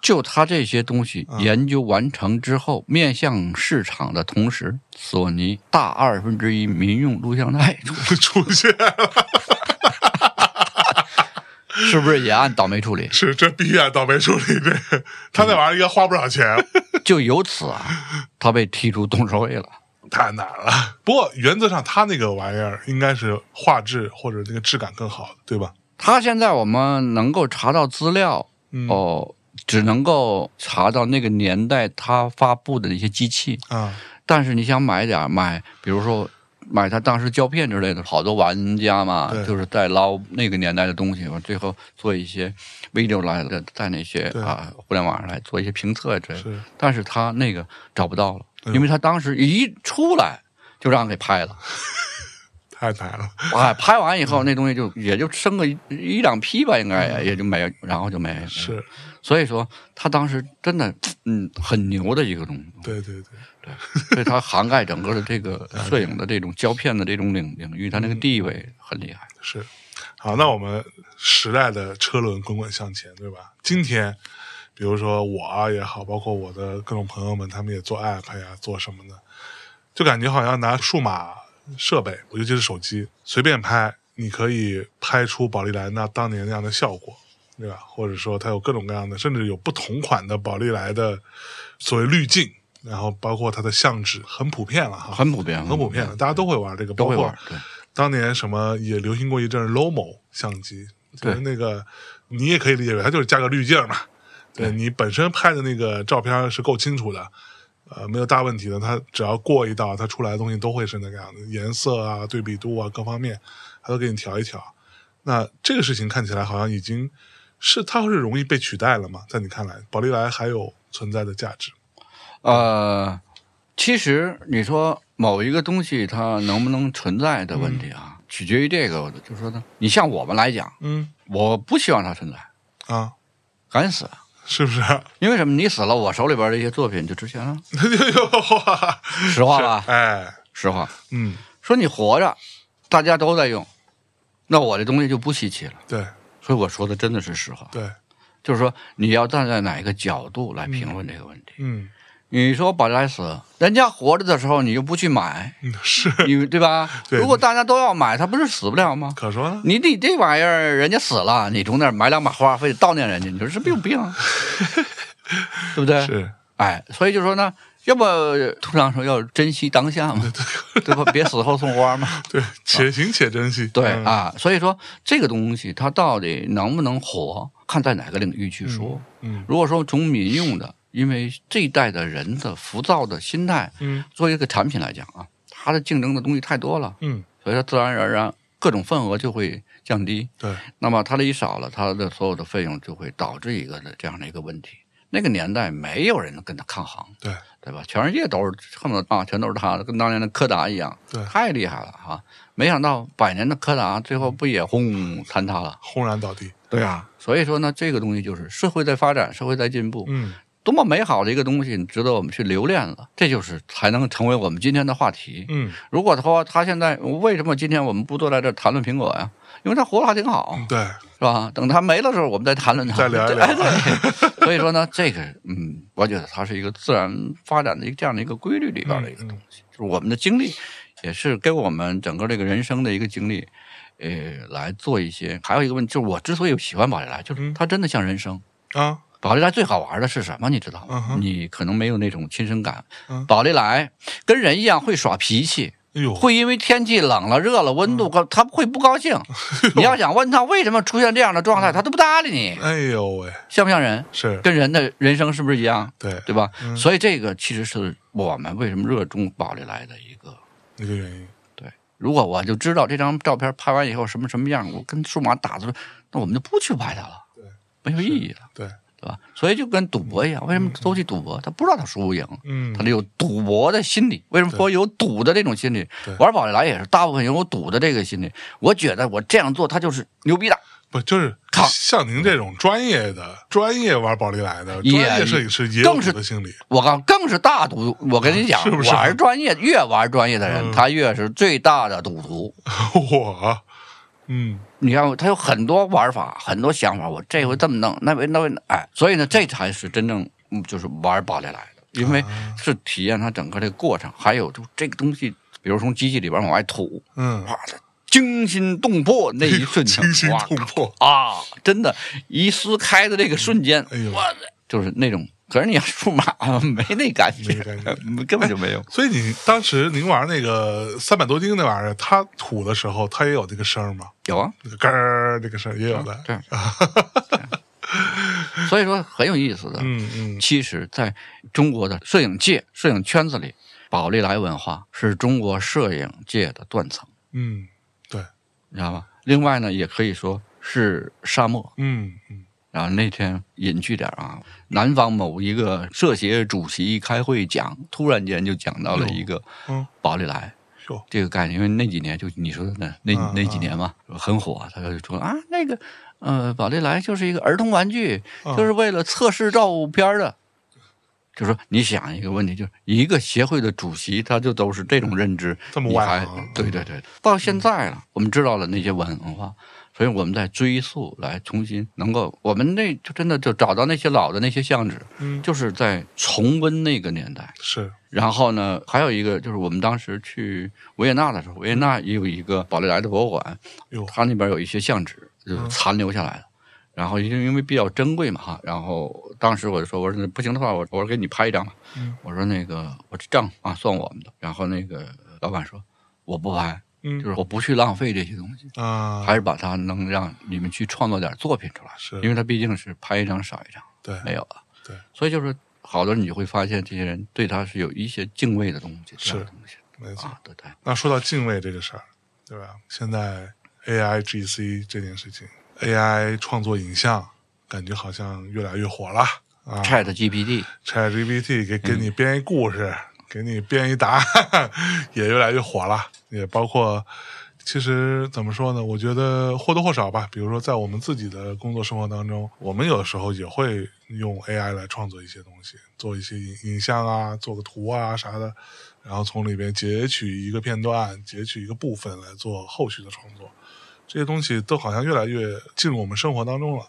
B: 就他这些东西研究完成之后，面向市场的同时，索尼大二分之一民用录像带出，
A: *laughs* 出现了，
B: *laughs* 是不是也按倒霉处理？
A: 是这必然倒霉处理这个，他那玩意儿应该花不少钱，
B: 就由此啊，他被踢出董事会了。
A: 太难了。不过原则上，他那个玩意儿应该是画质或者那个质感更好的，对吧？
B: 他现在我们能够查到资料，
A: 嗯
B: 哦，只能够查到那个年代他发布的一些机器，
A: 啊，
B: 但是你想买点儿买，比如说买他当时胶片之类的，好多玩家嘛
A: 对，
B: 就是在捞那个年代的东西，完最后做一些 video 来的，在那些
A: 对
B: 啊互联网上来做一些评测之类的。
A: 是
B: 但是他那个找不到了，
A: 嗯
B: 因为他当时一出来就让给拍了，
A: 太难了。
B: *laughs* 哎，拍完以后那东西就也就剩个一一两批吧，应该也也就没，然后就没。
A: 嗯是，
B: 所以说他当时真的，嗯，很牛的一个东西。 *laughs*
A: 对对对，
B: 所以它涵盖整个的这个摄影的这种胶片的这种领领域，它
A: 嗯
B: 那个地位很厉害。
A: 是。好，那我们时代的车轮滚滚向前，对吧？今天，比如说我啊也好，包括我的各种朋友们，他们也做 app 呀，做什么的，就感觉好像拿数码设备，尤其是手机，随便拍，你可以拍出宝丽来那当年那样的效果，对吧？或者说它有各种各样的，甚至有不同款的宝丽来的所谓滤镜，然后包括它的相纸，很普遍了哈，
B: 很普遍
A: 哦
B: 嗯
A: 很普遍了，大家都会玩这个，
B: 都
A: 包
B: 会
A: 括
B: 玩。对，
A: 当年什么也流行过一阵 Lomo 相机，
B: 对
A: 就是那个你也可以理解为它就是加个滤镜嘛。对你本身拍的那个照片是够清楚的，呃，没有大问题的。它只要过一道，它出来的东西都会是那个样子，颜色啊、对比度啊各方面，它都给你调一调。那这个事情看起来好像已经是它是容易被取代了嘛？在你看来，宝丽来还有存在的价值？
B: 呃，其实你说某一个东西它能不能存在的问题啊，取决于这个，我就说呢，你像我们来讲，
A: 嗯
B: 我不希望它存在，
A: 啊，
B: 赶紧死。啊
A: 是不是？ *laughs* 哎
B: 因为什么？你死了，我手里边的一些作品就值钱了。实话吧，
A: 哎，
B: 实话。
A: 嗯，
B: 说你活着，大家都在用，那我这东西就不稀奇了。
A: 对
B: 所以我说的真的是实话。
A: 对，
B: 就是说你要站在哪一个角度来评论这个问题。
A: 嗯。
B: 你说宝丽来死，人家活着的时候你就不去买，
A: 嗯，是
B: 你对吧？
A: 对
B: 如果大家都要买，他不是死不了吗？
A: 可说呢。
B: 你你这玩意儿，人家死
A: *laughs*
B: 了，你从那儿买两把花，非得悼念人家，你说是不是有病啊？对不对？
A: 是
B: 哎，所以就说呢，要不通常说要珍惜当下嘛， *laughs* 对嗯吧？别死后送花嘛。
A: 对，且行且珍惜。
B: 对
A: 嗯
B: 啊，所以说这个东西它到底能不能火，看在哪个领域去说。
A: 嗯
B: 如果说从民用的，因为这一代的人的浮躁的心态，
A: 嗯
B: 作为一个产品来讲啊，它的竞争的东西太多了，
A: 嗯，
B: 所以它自然而然各种份额就会降低。
A: 对，
B: 那么它的一少了，它的所有的费用就会导致一个的这样的一个问题。那个年代没有人能跟他抗衡，
A: 对
B: 对吧？全世界都是恨不得啊，全都是他的，跟当年的柯达一样，
A: 对
B: 太厉害了哈、没想到百年的柯达最后不也轰嗯坍塌了？
A: 轰然倒地。
B: 对啊，所以说呢，这个东西就是社会在发展，社会在进步，
A: 嗯，
B: 多么美好的一个东西，值得我们去留恋了。这就是才能成为我们今天的话题。
A: 嗯
B: 如果说他现在为什么今天我们不坐在这儿谈论苹果呀？因为他活得还挺好，
A: 嗯，对，
B: 是吧？等他没了的时候，我们再谈论他，
A: 再聊一聊
B: 对对 *laughs* 所以说呢，这个嗯，我觉得它是一个自然发展的一个这样的一个规律里边
A: 嗯
B: 的一个东西，就是我们的经历，也是给我们整个这个人生的一个经历，呃，来做一些。还有一个问题，就是我之所以喜欢宝丽来，就是
A: 嗯
B: 它真的像人生。
A: 啊，
B: 宝丽来最好玩的是什么？你知道
A: 嗯
B: 吗？
A: 哼
B: 你可能没有那种亲身感。
A: 嗯
B: 宝丽来跟人一样会耍脾气，
A: 哎呦，
B: 会因为天气冷了、热了、温度
A: 嗯
B: 高，他会不
A: *laughs*
B: 高
A: 哎
B: 兴。你要想问他为什么出现这样的状态，他都不搭理你，
A: 嗯哎呦喂，
B: 像不像人？
A: 是，
B: 跟人的人生是不是一样？
A: 对，
B: 对吧？所以这个其实是我们为什么热衷宝丽来的一个。
A: 一个原因。
B: 如果我就知道这张照片拍完以后什么什么样，我跟数码打的时候，那我们就不去拍它了，
A: 对，
B: 没有意义了，
A: 对，
B: 对吧？所以就跟赌博一样，为什么都去赌博？他不知道他输赢，
A: 嗯
B: 他，得有赌博的心理。为什么说有赌的这种心理
A: 对？
B: 玩宝丽来也是大部分有赌的这个心理。我觉得我这样做，他就是牛逼的，
A: 不就是
B: 靠
A: 像您这种专业的、专业玩宝丽来的、专
B: 也
A: 业摄影师也有
B: 更
A: 这
B: 是
A: 个心理。 *laughs*
B: 我告更是大赌。我跟你讲，
A: 是不是
B: 玩专业越玩专业的人，
A: 嗯
B: 他越是最大的赌徒。
A: 我，嗯
B: 你看，他有很多玩法，很多想法。我这回这么弄，那回那回哎，所以呢，这才是真正嗯就是玩宝丽来的，因为
A: 啊
B: 是体验它整个这个过程，还有就这个东西，比如从机器里边往外吐，
A: 嗯，
B: 哇，这惊心动魄 *laughs* 那一瞬间，
A: *laughs* 惊心
B: 哇
A: 动魄。
B: 啊，真的，一撕开的这个瞬间，
A: 哎呦
B: 我就是那种。可是你要数码啊没那感觉，
A: 没感觉
B: *laughs* 根本就没有。
A: 所以你当时您玩那个三百多斤那玩意儿，它吐的时候，它也有那个声儿吗？
B: 有啊，
A: 那个咯儿那个声儿也有的。
B: 对，所以说很有意思的。
A: 嗯嗯，
B: 其实，在中国的摄影界、摄影圈子里，宝丽来文化是中国摄影界的断层，
A: 嗯，对，
B: 你知道吗？另外呢，也可以说是沙漠。
A: 嗯嗯
B: 然啊后那天隐去点儿啊，南方某一个社协主席开会讲，突然间就讲到了一个
A: 嗯，
B: 宝丽来
A: 哟，
B: 这个概念，因为那几年就你说的那那
A: 嗯
B: 那几年嘛，很火，他就说啊，那个呃，宝丽来就是一个儿童玩具，
A: 嗯
B: 就是为了测试照片儿的。就说你想一个问题，就是一个协会的主席，他就都是这种认知，
A: 这么
B: 你
A: 外
B: 还
A: 行嗯
B: 对对对，到现在了，我们知道了那些文化，所以我们在追溯来重新能够，我们那就真的就找到那些老的那些相纸，
A: 嗯，
B: 就是在重温那个年代。
A: 是，
B: 然后呢，还有一个就是我们当时去维也纳的时候，维也纳也有一个宝丽来的博物馆
A: 哟，嗯
B: 它那边有一些相纸就是残留下来的。然后因为因为比较珍贵嘛哈，然后当时我就说，我说那不行的话，我我说给你拍一张吧。
A: 嗯
B: 我说那个我这账啊算我们的。然后那个老板说我不拍，就
A: 嗯
B: 是我不去浪费这些东西，
A: 啊，
B: 还是把它能让你们去创作点作品出来，
A: 是
B: 因为它毕竟是拍一张少一张。
A: 对，
B: 没有了。
A: 对，
B: 所以就是好多人你就会发现，这些人对他是有一些敬畏的东西，
A: 是
B: 这样的东西
A: 没错。
B: 啊，对对，
A: 那说到敬畏这个事儿，对吧？现在 AI GC 这件事情，AI 创作影像，感觉好像越来越火了啊。
B: Chat GPT，
A: ChatGPT 给给你编一故事，给你编一答案，也越来越火了。也包括，其实怎么说呢？我觉得或多或少吧，比如说在我们自己的工作生活当中，我们有的时候也会用 AI 来创作一些东西，做一些影影像啊，做个图啊啥的，然后从里边截取一个片段，截取一个部分来做后续的创作。这些东西都好像越来越进入我们生活当中了。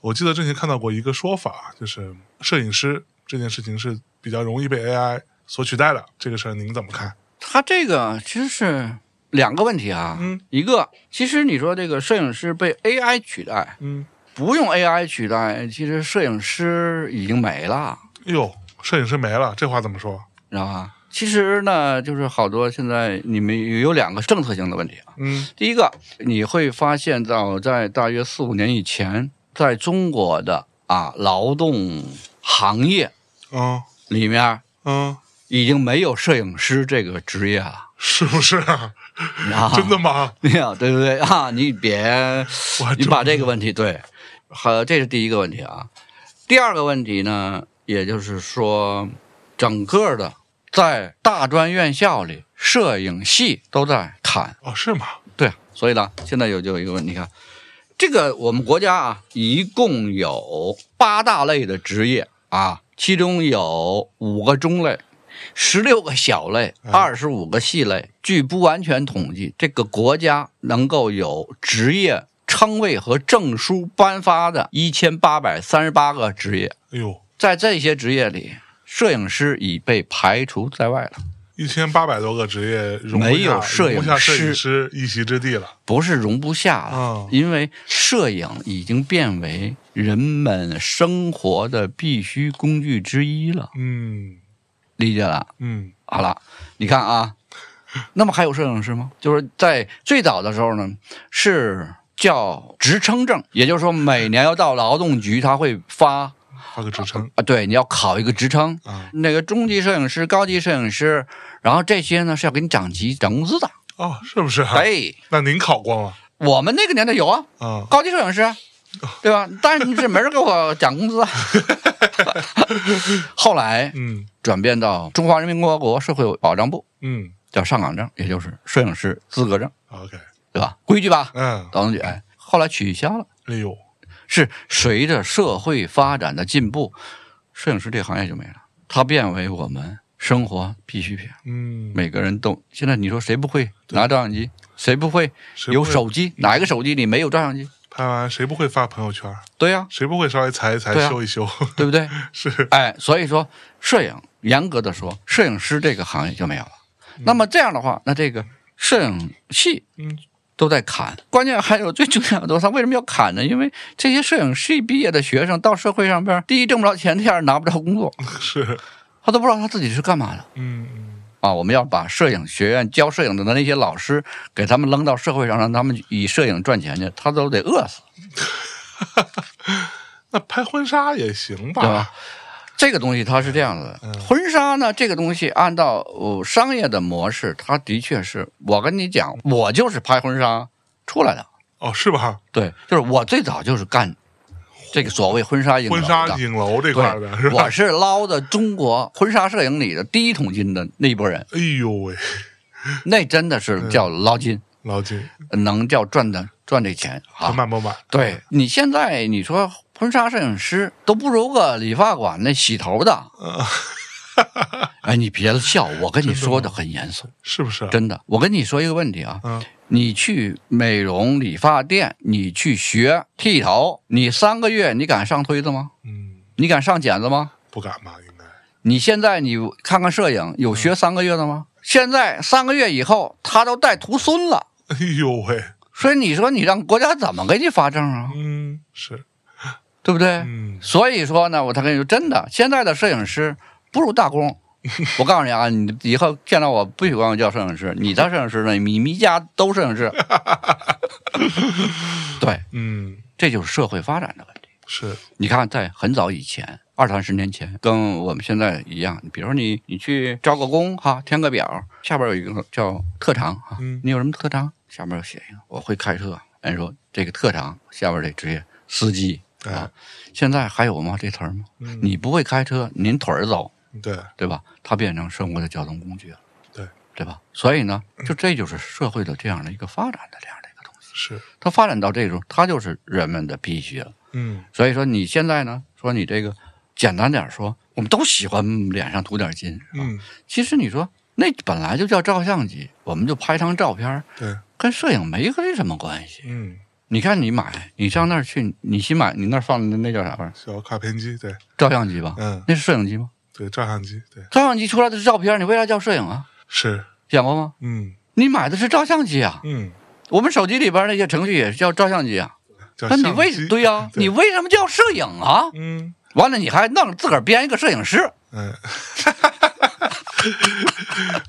A: 我记得之前看到过一个说法，就是摄影师这件事情是比较容易被 AI 所取代的。这个事儿您怎么看？
B: 他这个其实是两个问题啊，
A: 嗯
B: 一个其实你说这个摄影师被 AI 取代，
A: 嗯，
B: 不用 AI 取代，其实摄影师已经没了。
A: 哟，哎摄影师没了，这话怎么说？
B: 知道吧？其实呢，就是好多现在你们有两个政策性的问题啊。
A: 嗯
B: 第一个，你会发现到在大约四五年以前，在中国的啊劳动行业
A: 嗯
B: 里面，
A: 嗯，
B: 已经没有摄影师这个职业了。
A: 是不是啊？*laughs*
B: 啊
A: 真的吗？
B: 对呀，对不对啊？你别，
A: 我
B: 你把这个问题对，好，这是第一个问题啊。第二个问题呢，也就是说，整个的在大专院校里，摄影系都在砍，
A: 哦是吗？
B: 对，啊所以呢，现在有就有一个问题，你看，这个我们国家啊，一共有八大类的职业啊，其中有五个中类，十六个小类，嗯二十五个细类。据不完全统计，这个国家能够有职业称谓和证书颁发的一千八百三十八个职业，
A: 哎呦，
B: 在这些职业里，摄影师已被排除在外了。
A: 一千八百多个职业容不
B: 没有
A: 下
B: 摄
A: 容不
B: 影
A: 下摄影
B: 师啊
A: 师一席之地了。
B: 不是容不下了，
A: 嗯
B: 因为摄影已经变为人们生活的必须工具之一了，
A: 嗯
B: 理解了？
A: 嗯
B: 好了，你看啊，那么还有摄影师吗？就是在最早的时候呢，是叫职称证，也就是说每年要到劳动局，他会发
A: 发个职称
B: 啊，对，你要考一个职称。
A: 啊。
B: 那个中级摄影师、高级摄影师，然后这些呢是要给你涨级、涨工资的。
A: 哦，是不是啊？
B: 哎，
A: 那您考过吗？
B: 我们那个年代有啊，
A: 啊，
B: 高级摄影师，对吧？但是这没人给我
A: *laughs*
B: 涨工资啊。后来
A: 嗯
B: 转变到中华人民共和国社会保障部，
A: 嗯
B: 叫上岗证，也就是摄影师资格证，
A: ，OK，
B: 对吧？规矩吧，
A: 嗯，
B: 劳动局。哎后来取消了，
A: 哎呦，
B: 是随着社会发展的进步，摄影师这个行业就没了，它变为我们生活必需品。
A: 嗯，
B: 每个人都现在你说谁不会拿照相机？谁不会
A: 谁不
B: 有
A: 会
B: 手机？哪一个手机里没有照相机？
A: 拍完谁不会发朋友圈？
B: 对呀、
A: 谁不会稍微裁一裁、
B: 对啊
A: 修一修？ *laughs*
B: 对不对？
A: 是，
B: 哎，所以说摄影，严格的说，摄影师这个行业就没有了。那么这样的话，那这个摄影系
A: 嗯
B: 都在砍，关键还有最重要的，他为什么要砍呢？因为这些摄影系毕业的学生到社会上边，第一挣不着钱，第二拿不着工作，
A: 是，
B: 他都不知道他自己是干嘛的。
A: 嗯嗯，
B: 啊，我们要把摄影学院教摄影的那些老师给他们扔到社会上，让他们以摄影赚钱去，他都得饿死，
A: 那拍婚纱也行
B: 对啊吧
A: 吧？？
B: 这个东西它是这样
A: 嗯
B: 的，婚纱呢，这个东西按照、呃商业的模式，它的确是我跟你讲，我就是拍婚纱出来的，
A: 哦，是吧？
B: 对，就是我最早就是干这个所谓婚纱影楼
A: 婚
B: 的
A: 纱影楼这
B: 对
A: 块儿的是吧
B: 我？是捞的中国婚纱摄影里的第一桶金的那一波
A: *laughs*
B: 人，
A: 哎呦喂，
B: 那真的是叫捞金，
A: 老金，
B: 能叫赚的赚这钱
A: 不
B: 啊！
A: 满不满？
B: 对你现在你说婚纱摄影师都不如个理发馆那洗头的，
A: 呃
B: 哎，你别笑，我跟你说的很严肃，
A: *laughs* 是不是？
B: 真的。我跟你说一个问题啊，
A: 嗯，
B: 你去美容理发店，你去学剃头，你三个月你敢上推子吗？
A: 嗯，
B: 你敢上剪子吗？
A: 不敢吧？应该
B: 你现在你看看摄影，有学三个月的吗？现在三个月以后，他都带徒孙了，
A: 哎呦喂，
B: 所以你说你让国家怎么给你发证啊？
A: 嗯，是，
B: 对不对？
A: 嗯
B: 所以说呢，我才跟你说，真的，现在的摄影师不如大工。我告诉你啊，你以后见到我不许管我叫摄影师，你当摄影师呢，你们一家都摄影师。对，
A: 嗯，
B: 这就是社会发展的问题。
A: 是，
B: 你看，在很早以前，二三十年前，跟我们现在一样，比如说你你去招个工哈，填个表，下边有一个叫特长哈，
A: 嗯
B: 你有什么特长？下面写一个，我会开车。人说这个特长下边这职业司机啊
A: 哎，，
B: 现在还有吗？这词儿吗？
A: 嗯
B: 你不会开车，您腿儿走，
A: 对，
B: 对吧？它变成生活的交通工具了，
A: 对
B: 对吧？所以呢，就这就是社会的这样的一个发展的这样的一个东西，
A: 是，
B: 它发展到这种，它就是人们的必须了。
A: 嗯
B: 所以说，你现在呢，说你这个简单点说，我们都喜欢脸上涂点金，是吧
A: 嗯，
B: 其实你说那本来就叫照相机，我们就拍张照片儿，
A: 对，
B: 跟摄影没个什么关系。
A: 嗯，
B: 你看你买，你上那儿去，你新买，你那儿放的那叫啥玩意儿？
A: 小卡片机，对，
B: 照相机吧？
A: 嗯，
B: 那是摄影机吗？
A: 对，照相机，对，
B: 照相机出来的是照片，你为啥叫摄影啊？
A: 是，
B: 想过吗？
A: 嗯
B: 你买的是照相机啊，
A: 嗯，
B: 我们手机里边那些程序也是叫照相机啊。
A: 叫
B: 那你
A: 相
B: 为
A: 机
B: 对呀、你为什么叫摄影啊？
A: 嗯，
B: 完了你还弄自个儿编一个摄影师， *laughs*
A: 嗯，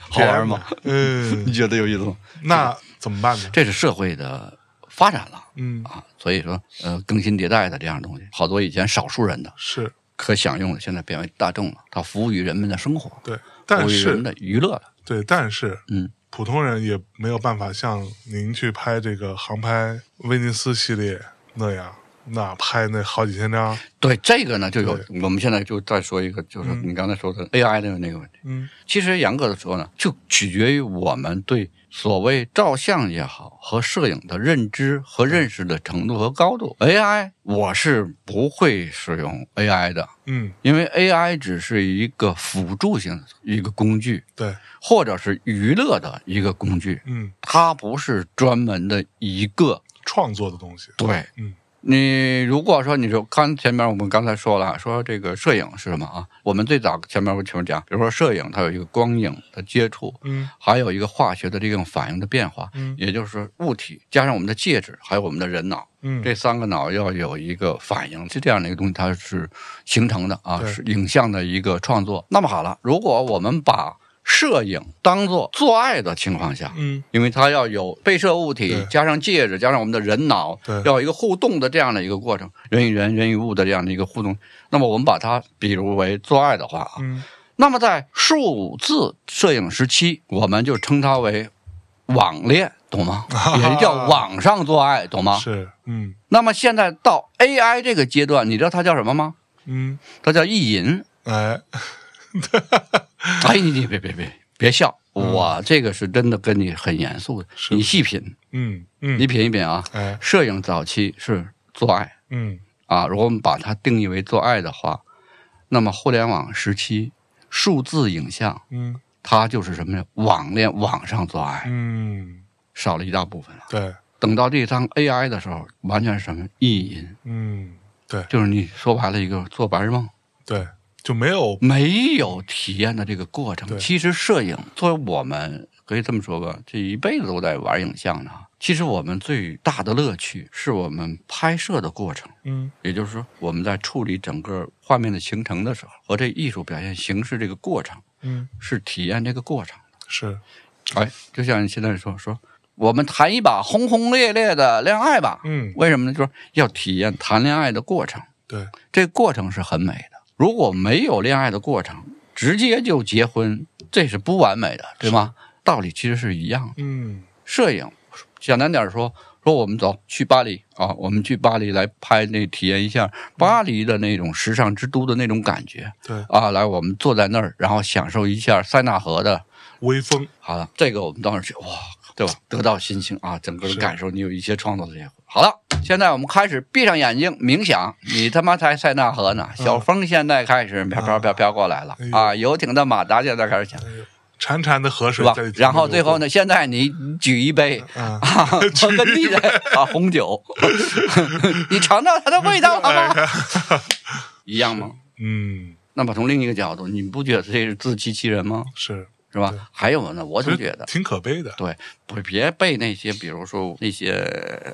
B: 好玩吗？
A: 嗯，
B: 你觉得有意思吗？
A: 那怎么办呢？
B: 这是社会的发展了
A: 嗯，
B: 啊，所以说呃更新迭代的这样东西，好多以前少数人的
A: 是
B: 可享用的，现在变为大众了，它服务于人们的生活，
A: 对，
B: 服
A: 但
B: 务于人们
A: 是
B: 的娱乐了。
A: 对，但是
B: 嗯，
A: 普通人也没有办法像您去拍这个航拍威尼斯系列那样，那拍那好几千张，
B: 对嗯这个呢，就有我们现在就再说一个，就是你刚才说的 AI 的那个问题。
A: 嗯
B: 其实严格的说呢，就取决于我们对所谓照相也好和摄影的认知和认识的程度和高度。AI 我是不会使用 AI 的，
A: 嗯，
B: 因为 AI 只是一个辅助性的一个工具，
A: 对，
B: 或者是娱乐的一个工具，
A: 嗯，
B: 它不是专门的一个
A: 创作的东西，
B: 对，
A: 嗯，
B: 你如果说你说刚前面我们刚才说了，说这个摄影是什么啊？我们最早前面我前面讲，比如说摄影它有一个光影的接触，
A: 嗯
B: 还有一个化学的这种反应的变化，
A: 嗯
B: 也就是说物体加上我们的介质，还有我们的人脑，
A: 嗯，
B: 这三个脑要有一个反应，就这样的一个东西，它是形成的啊，
A: 对
B: 是影像的一个创作。那么好了，如果我们把摄影当做做爱的情况下，
A: 嗯
B: 因为它要有被摄物体
A: 对
B: 加上介质，加上我们的人脑
A: 对，
B: 要有一个互动的这样的一个过程，人与人、人与物的这样的一个互动。那么我们把它比如为做爱的话啊，
A: 嗯
B: 那么在数字摄影时期，我们就称它为网恋，懂吗？也叫网上做爱，懂吗？
A: 啊是，嗯
B: 那么现在到 AI 这个阶段，你知道它叫什么吗？
A: 嗯，
B: 它叫意
A: *laughs*
B: 淫。
A: 哎，
B: 哎，你你别别别别笑，我这个是真的跟你很严肃的，
A: 嗯是
B: 你细品，
A: 嗯嗯，
B: 你品一品啊。
A: 哎
B: 摄影早期是做爱
A: 嗯
B: 啊，如果我们把它定义为做爱的话，那么互联网时期数字影像
A: 嗯
B: 它就是什么呀？网恋网上做爱
A: 嗯，
B: 少了一大部分了。
A: 对，
B: 等到第三 AI 的时候，完全是什么意淫，
A: 嗯对
B: 就是你说白了一个做白日梦，
A: 对，嗯就没有
B: 没有体验的这个过
A: 对
B: 程。其实摄影作为我们可以这么说吧，这一辈子都在玩影像呢。其实我们最大的乐趣是我们拍摄的过程。
A: 嗯
B: 也就是说，我们在处理整个画面的形成的时候，和这艺术表现形式这个过程，
A: 嗯
B: 是体验这个过程。
A: 是，
B: 哎，就像你现在说说，我们谈一把轰轰烈烈的恋爱吧，
A: 嗯
B: 为什么呢？就是要体验谈恋爱的过程，
A: 对，
B: 这个过程是很美的。如果没有恋爱的过程，直接就结婚，这是不完美的，对吗？道理其实是一样的。
A: 嗯
B: 摄影，简单点说，说我们走去巴黎啊，我们去巴黎来拍那体验一下巴黎的那种时尚之都的那种感觉
A: 对，
B: 啊，来我们坐在那儿，然后享受一下塞纳河的，
A: 微风，
B: 好了，这个我们当时去哇，对吧？得到心情啊，整个的
A: 是
B: 感受，你有一些创作的结果。好了，现在我们开始闭上眼睛冥想。你他妈才塞纳河呢，小风现在开始飘飘飘飘过来了
A: 哎呦哎
B: 啊！游艇的马达现在开始响，
A: 潺潺的河
B: 是
A: 水
B: 吧
A: 在里，？
B: 然后最后？呢，现在你举一杯，
A: 啊，
B: *laughs* 啊，我跟地人啊，红酒， *laughs* 你尝到它的味道了吗？一样吗？
A: 哎嗯，
B: 那么从另一个角度，你不觉得这是自欺欺人吗？
A: 是，
B: 是吧
A: 对？
B: 还有呢，我
A: 我
B: 总觉得，
A: 挺可悲的。
B: 对，不别被那些，比如说那些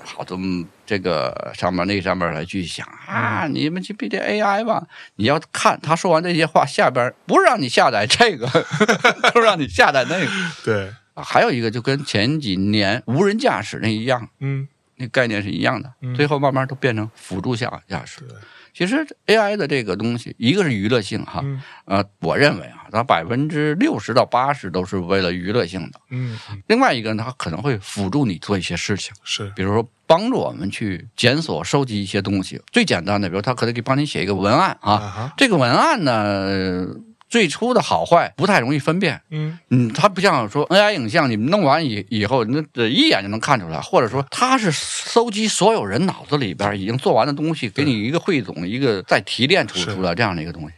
B: 好多嗯这个上面那上面来去想啊，你们去比这 AI 吧。你要看他说完这些话，下边不是让你下载这个， *laughs* 不是让你下载那个。
A: 对，
B: 啊还有一个就跟前几年无人驾驶那一样，
A: 嗯
B: 那概念是一样的
A: 嗯，
B: 最后慢慢都变成辅助驾驾驶
A: 对。
B: 其实 AI 的这个东西，一个是娱乐性哈，
A: 嗯
B: 呃，我认为啊，它百分之六十到八十都是为了娱乐性的。
A: 嗯，嗯
B: 另外一个呢，它可能会辅助你做一些事情，
A: 是，
B: 比如说帮助我们去检索、收集一些东西。最简单的，比如它可能给帮你写一个文案
A: 啊
B: 啊，
A: 哈，
B: 这个文案呢，呃最初的好坏不太容易分辨，
A: 嗯
B: 嗯，它不像说 AI 影像，你们弄完以以后，那这一眼就能看出来，或者说它是搜集所有人脑子里边已经做完的东西，给你一个汇总，一个再提炼出
A: 是
B: 出来这样的一个东西。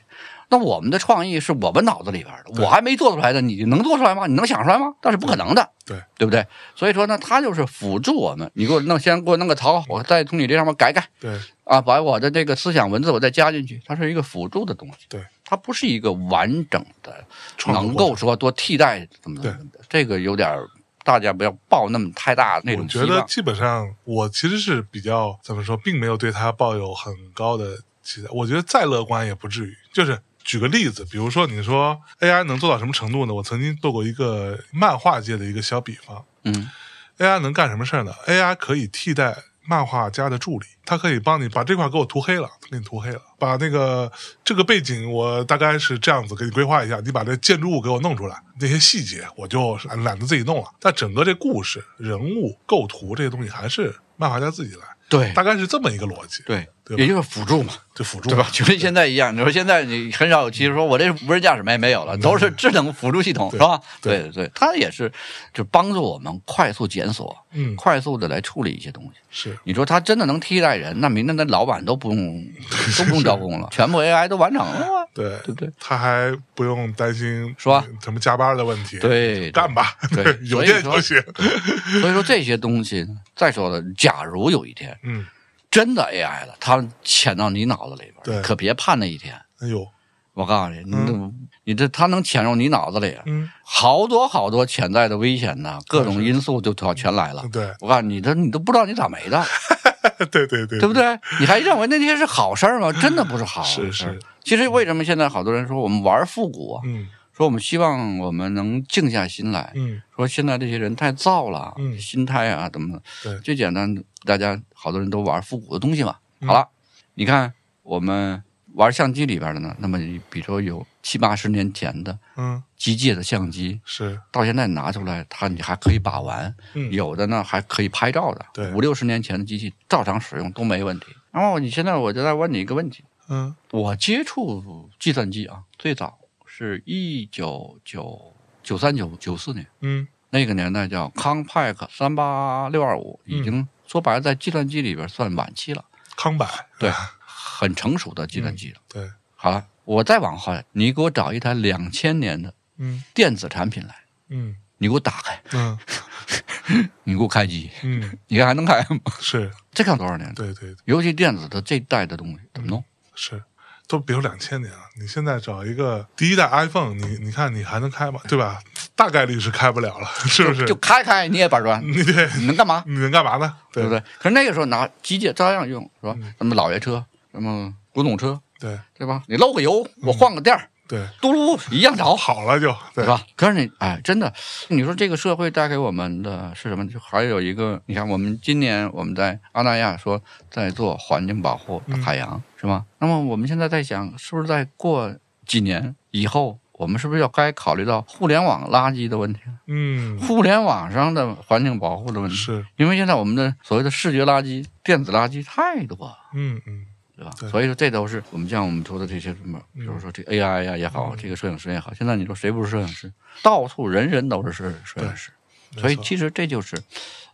B: 那我们的创意是我们脑子里边的，我还没做出来的，你能做出来吗？你能想出来吗？那是不可能的，
A: 对
B: 对不对？所以说呢，它就是辅助我们，你给我弄，先给我弄个草，我再从你这上面改改，
A: 对，
B: 啊，把我的这个思想文字我再加进去，它是一个辅助的东西，
A: 对，
B: 它不是一个完整的，
A: 创作
B: 能够说多替代怎么怎么的，这个有点儿大家不要抱那么太大那
A: 我
B: 种期
A: 觉得
B: 望。
A: 基本上，我其实是比较怎么说，并没有对他抱有很高的期待。我觉得再乐观也不至于。就是举个例子，比如说你说 AI 能做到什么程度呢？我曾经做过一个漫画界的一个小比方
B: 嗯
A: ，AI 能干什么事儿呢？AI 可以替代。漫画家的助理，他可以帮你把这块给我涂黑了，他给你涂黑了，把那个这个背景我大概是这样子给你规划一下，你把这建筑物给我弄出来，那些细节我就懒懒得自己弄了。但整个这故事、人物、构图这些东西还是漫画家自己来，
B: 对
A: 大概是这么一个逻辑。
B: 对，
A: 对吧
B: 也就是辅助嘛，
A: 就辅助
B: 对吧？就跟现在一样，你说现在你很少有其实说我这无人驾驶没没有了，都是智能辅助系统，是
A: 嗯
B: 吧？
A: *laughs* 对
B: 对对对，它也是就帮助我们快速检索，
A: 嗯，
B: 快速的来处理一些东西。
A: 是
B: 你说它真的能替代人，那明天的老板都
A: *laughs*
B: 不用都不用招工了，全部 AI 都完成了啊。
A: 对，
B: 对不对？
A: 他还不用担心
B: 说啊
A: 什么加班的问题，，
B: 对，
A: 干吧，
B: 对
A: *laughs* 有
B: 所以
A: 电
B: 说
A: 就行。
B: 所以说这些东西呢，再说了，假如有一天
A: 嗯，
B: 真的 AI 了，它潜到你脑子里边儿，
A: 对
B: 可别盼那一天。
A: 哎呦，
B: 我告诉你，你这、你这它能潜入你脑子里，
A: 嗯，
B: 好多好多潜在的危险呐，各种因素就全全来了。
A: 对，
B: 我告诉你，这你都不知道你咋没的，
A: 对对对
B: 对不？对？你还认为那些是好事儿吗？真的不是好事儿。
A: 是是
B: 其实为什么现在好多人说我们玩复古啊？
A: 嗯
B: 说我们希望我们能静下心来，
A: 嗯，
B: 说现在这些人太燥了，
A: 嗯
B: 心态啊怎么的？
A: 对
B: 最简单，大家好多人都玩复古的东西嘛。
A: 嗯
B: 好了，你看我们玩相机里边的呢，那么比如说有七八十年前的
A: 嗯，
B: 机械的相机，
A: 是，
B: 到现在拿出来，它你还可以把玩，
A: 嗯
B: 有的呢还可以拍照的，
A: 对
B: 五六十年前的机器照常使用都没问题。然后你现在我就再问你一个问题，
A: 嗯
B: 我接触计算机啊，最早是一九九九三九九四年。
A: 嗯
B: 那个年代叫康派克三八六二五，已经说白了在计算机里边算晚期了，
A: 康柏，
B: 对，很成熟的计算机了。
A: 对，
B: 好了，我再往后，你给我找一台两千年的
A: 嗯
B: 电子产品来，
A: 嗯
B: 你给我打开，
A: 嗯
B: 你给我开机，
A: 嗯，
B: 你看还能开吗？
A: 是，
B: 这看多少年了？
A: 对对
B: 尤其电子的这一代的东西怎么弄？
A: 是。都别说两千年了，你现在找一个第一代 iPhone，你你看你还能开吗？对吧？大概率是开不了了，是不是？
B: 就开开你也板砖，
A: *laughs* 你对，
B: 你能干嘛？
A: 你能干嘛呢？
B: 对不嗯对？可是那个时候拿机械照样用，是吧？什么老爷车，什么古董车，
A: 对
B: 对吧？你漏个油，我换个垫儿，
A: 对，
B: 嘟噜一样着。
A: 好了就对
B: 嗯对？吧？可是你哎，真的，你说这个社会带给我们的是什么？就还有一个，你看我们今年我们在澳大利亚说在做环境保护
A: 嗯、
B: 海洋、是吗？那么我们现在在想，是不是在过几年以后，我们是不是要该考虑到互联网垃圾的问题了，
A: 嗯，
B: 互联网上的环境保护的问题？
A: 是，
B: 因为现在我们的所谓的视觉垃圾、电子垃圾太多了。
A: 嗯嗯
B: 对吧？
A: 对嗯
B: 所以说，这都是我们像我们说的这些什么，比如说这 AI 呀、也好，这个摄影师也好，现在你说谁不是摄影师？到处人人都是摄摄影师，
A: 没
B: 所以
A: 错
B: 其实这就是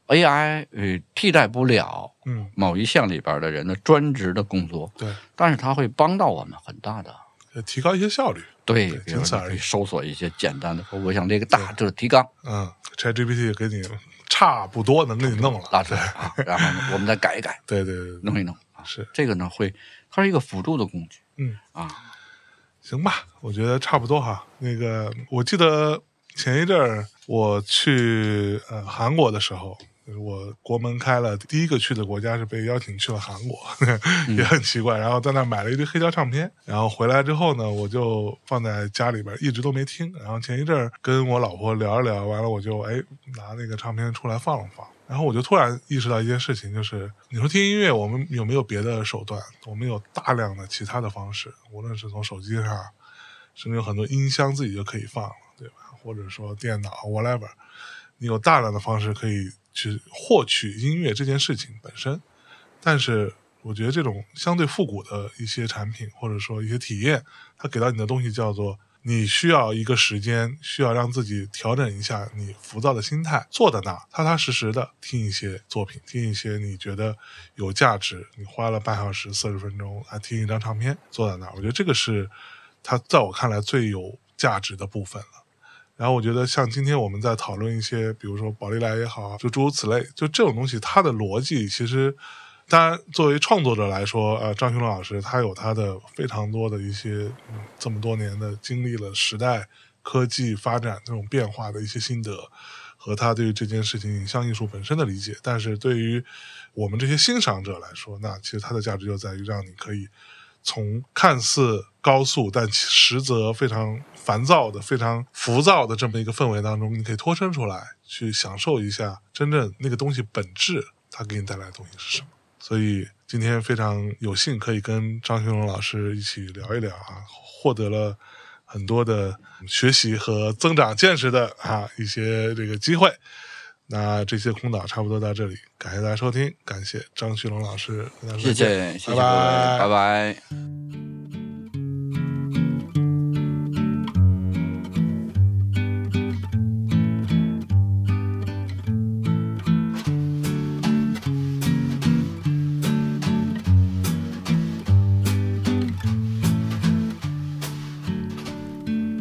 B: AI 呃替代不了
A: 嗯，
B: 某一项里边的人的专职的工作，
A: 对，
B: 但是它会帮到我们很大的。
A: 呃提高一些效率。
B: 对，
A: 对
B: 比如
A: 仅此
B: 说
A: 而
B: 你
A: 已
B: 可以搜索一些简单的，我想这个大致的提纲
A: 嗯，ChatGPT 给你差不多能给你弄了。
B: 拉出来啊，然后呢我们再改一改，
A: 对对对，对
B: 弄一弄啊。
A: 是，
B: 这个呢会，它是一个辅助的工具。
A: 嗯
B: 啊，
A: 行吧，我觉得差不多哈。那个，我记得前一阵儿我去呃韩国的时候。就是我国门开了，第一个去的国家是被邀请去了韩国， *laughs* 也很奇怪。然后在那儿买了一堆黑胶唱片，然后回来之后呢，我就放在家里边，一直都没听。然后前一阵儿跟我老婆聊一聊，完了我就哎拿那个唱片出来放了放。然后我就突然意识到一件事情，就是你说听音乐，我们有没有别的手段？我们有大量的其他的方式，无论是从手机上，甚至有很多音箱自己就可以放了，对吧？或者说电脑 whatever，你有大量的方式可以去获取音乐这件事情本身。但是我觉得这种相对复古的一些产品，或者说一些体验，它给到你的东西叫做你需要一个时间，需要让自己调整一下你浮躁的心态，坐在那儿踏踏实实的听一些作品，听一些你觉得有价值，你花了半小时四十分钟来听一张唱片，坐在那儿，我觉得这个是它在我看来最有价值的部分了。然后我觉得像今天我们在讨论一些，比如说宝丽来也好啊，就诸如此类，就这种东西，它的逻辑其实，当然作为创作者来说，呃，张学龙老师他有他的非常多的一些、嗯、这么多年的经历了时代、科技发展这种变化的一些心得。和他对于这件事情影像艺术本身的理解，但是对于我们这些欣赏者来说，那其实它的价值就在于让你可以从看似高速，但其实则非常烦躁的、非常浮躁的这么一个氛围当中，你可以脱身出来，去享受一下真正那个东西本质，它给你带来的东西是什么。所以今天非常有幸可以跟张学龙老师一起聊一聊啊，获得了很多的学习和增长见识的啊一些这个机会。那这些空岛差不多到这里，感谢大家收听，感谢张旭龙老师，跟大家
B: 谢
A: 说见
B: 谢谢谢各
A: 拜
B: 位，
A: 拜
B: 拜拜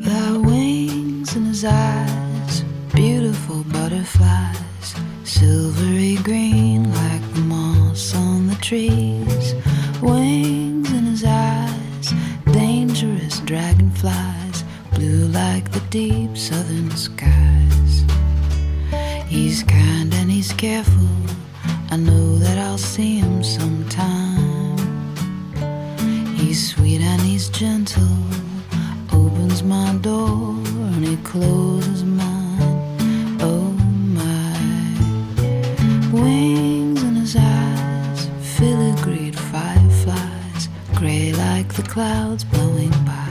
C: Their wings in his eyes, beautiful butterflies, silvery green like the moss on the trees. Wings in his eyes, dangerous dragonflies, blue like the deep southern skies. He's kind and he's careful. I know that I'll see him sometime. He's sweet and he's gentle. Opens my door and he closes mine. Oh my. Wings in his eyes, filigreed fireflies, gray like the clouds blowing by.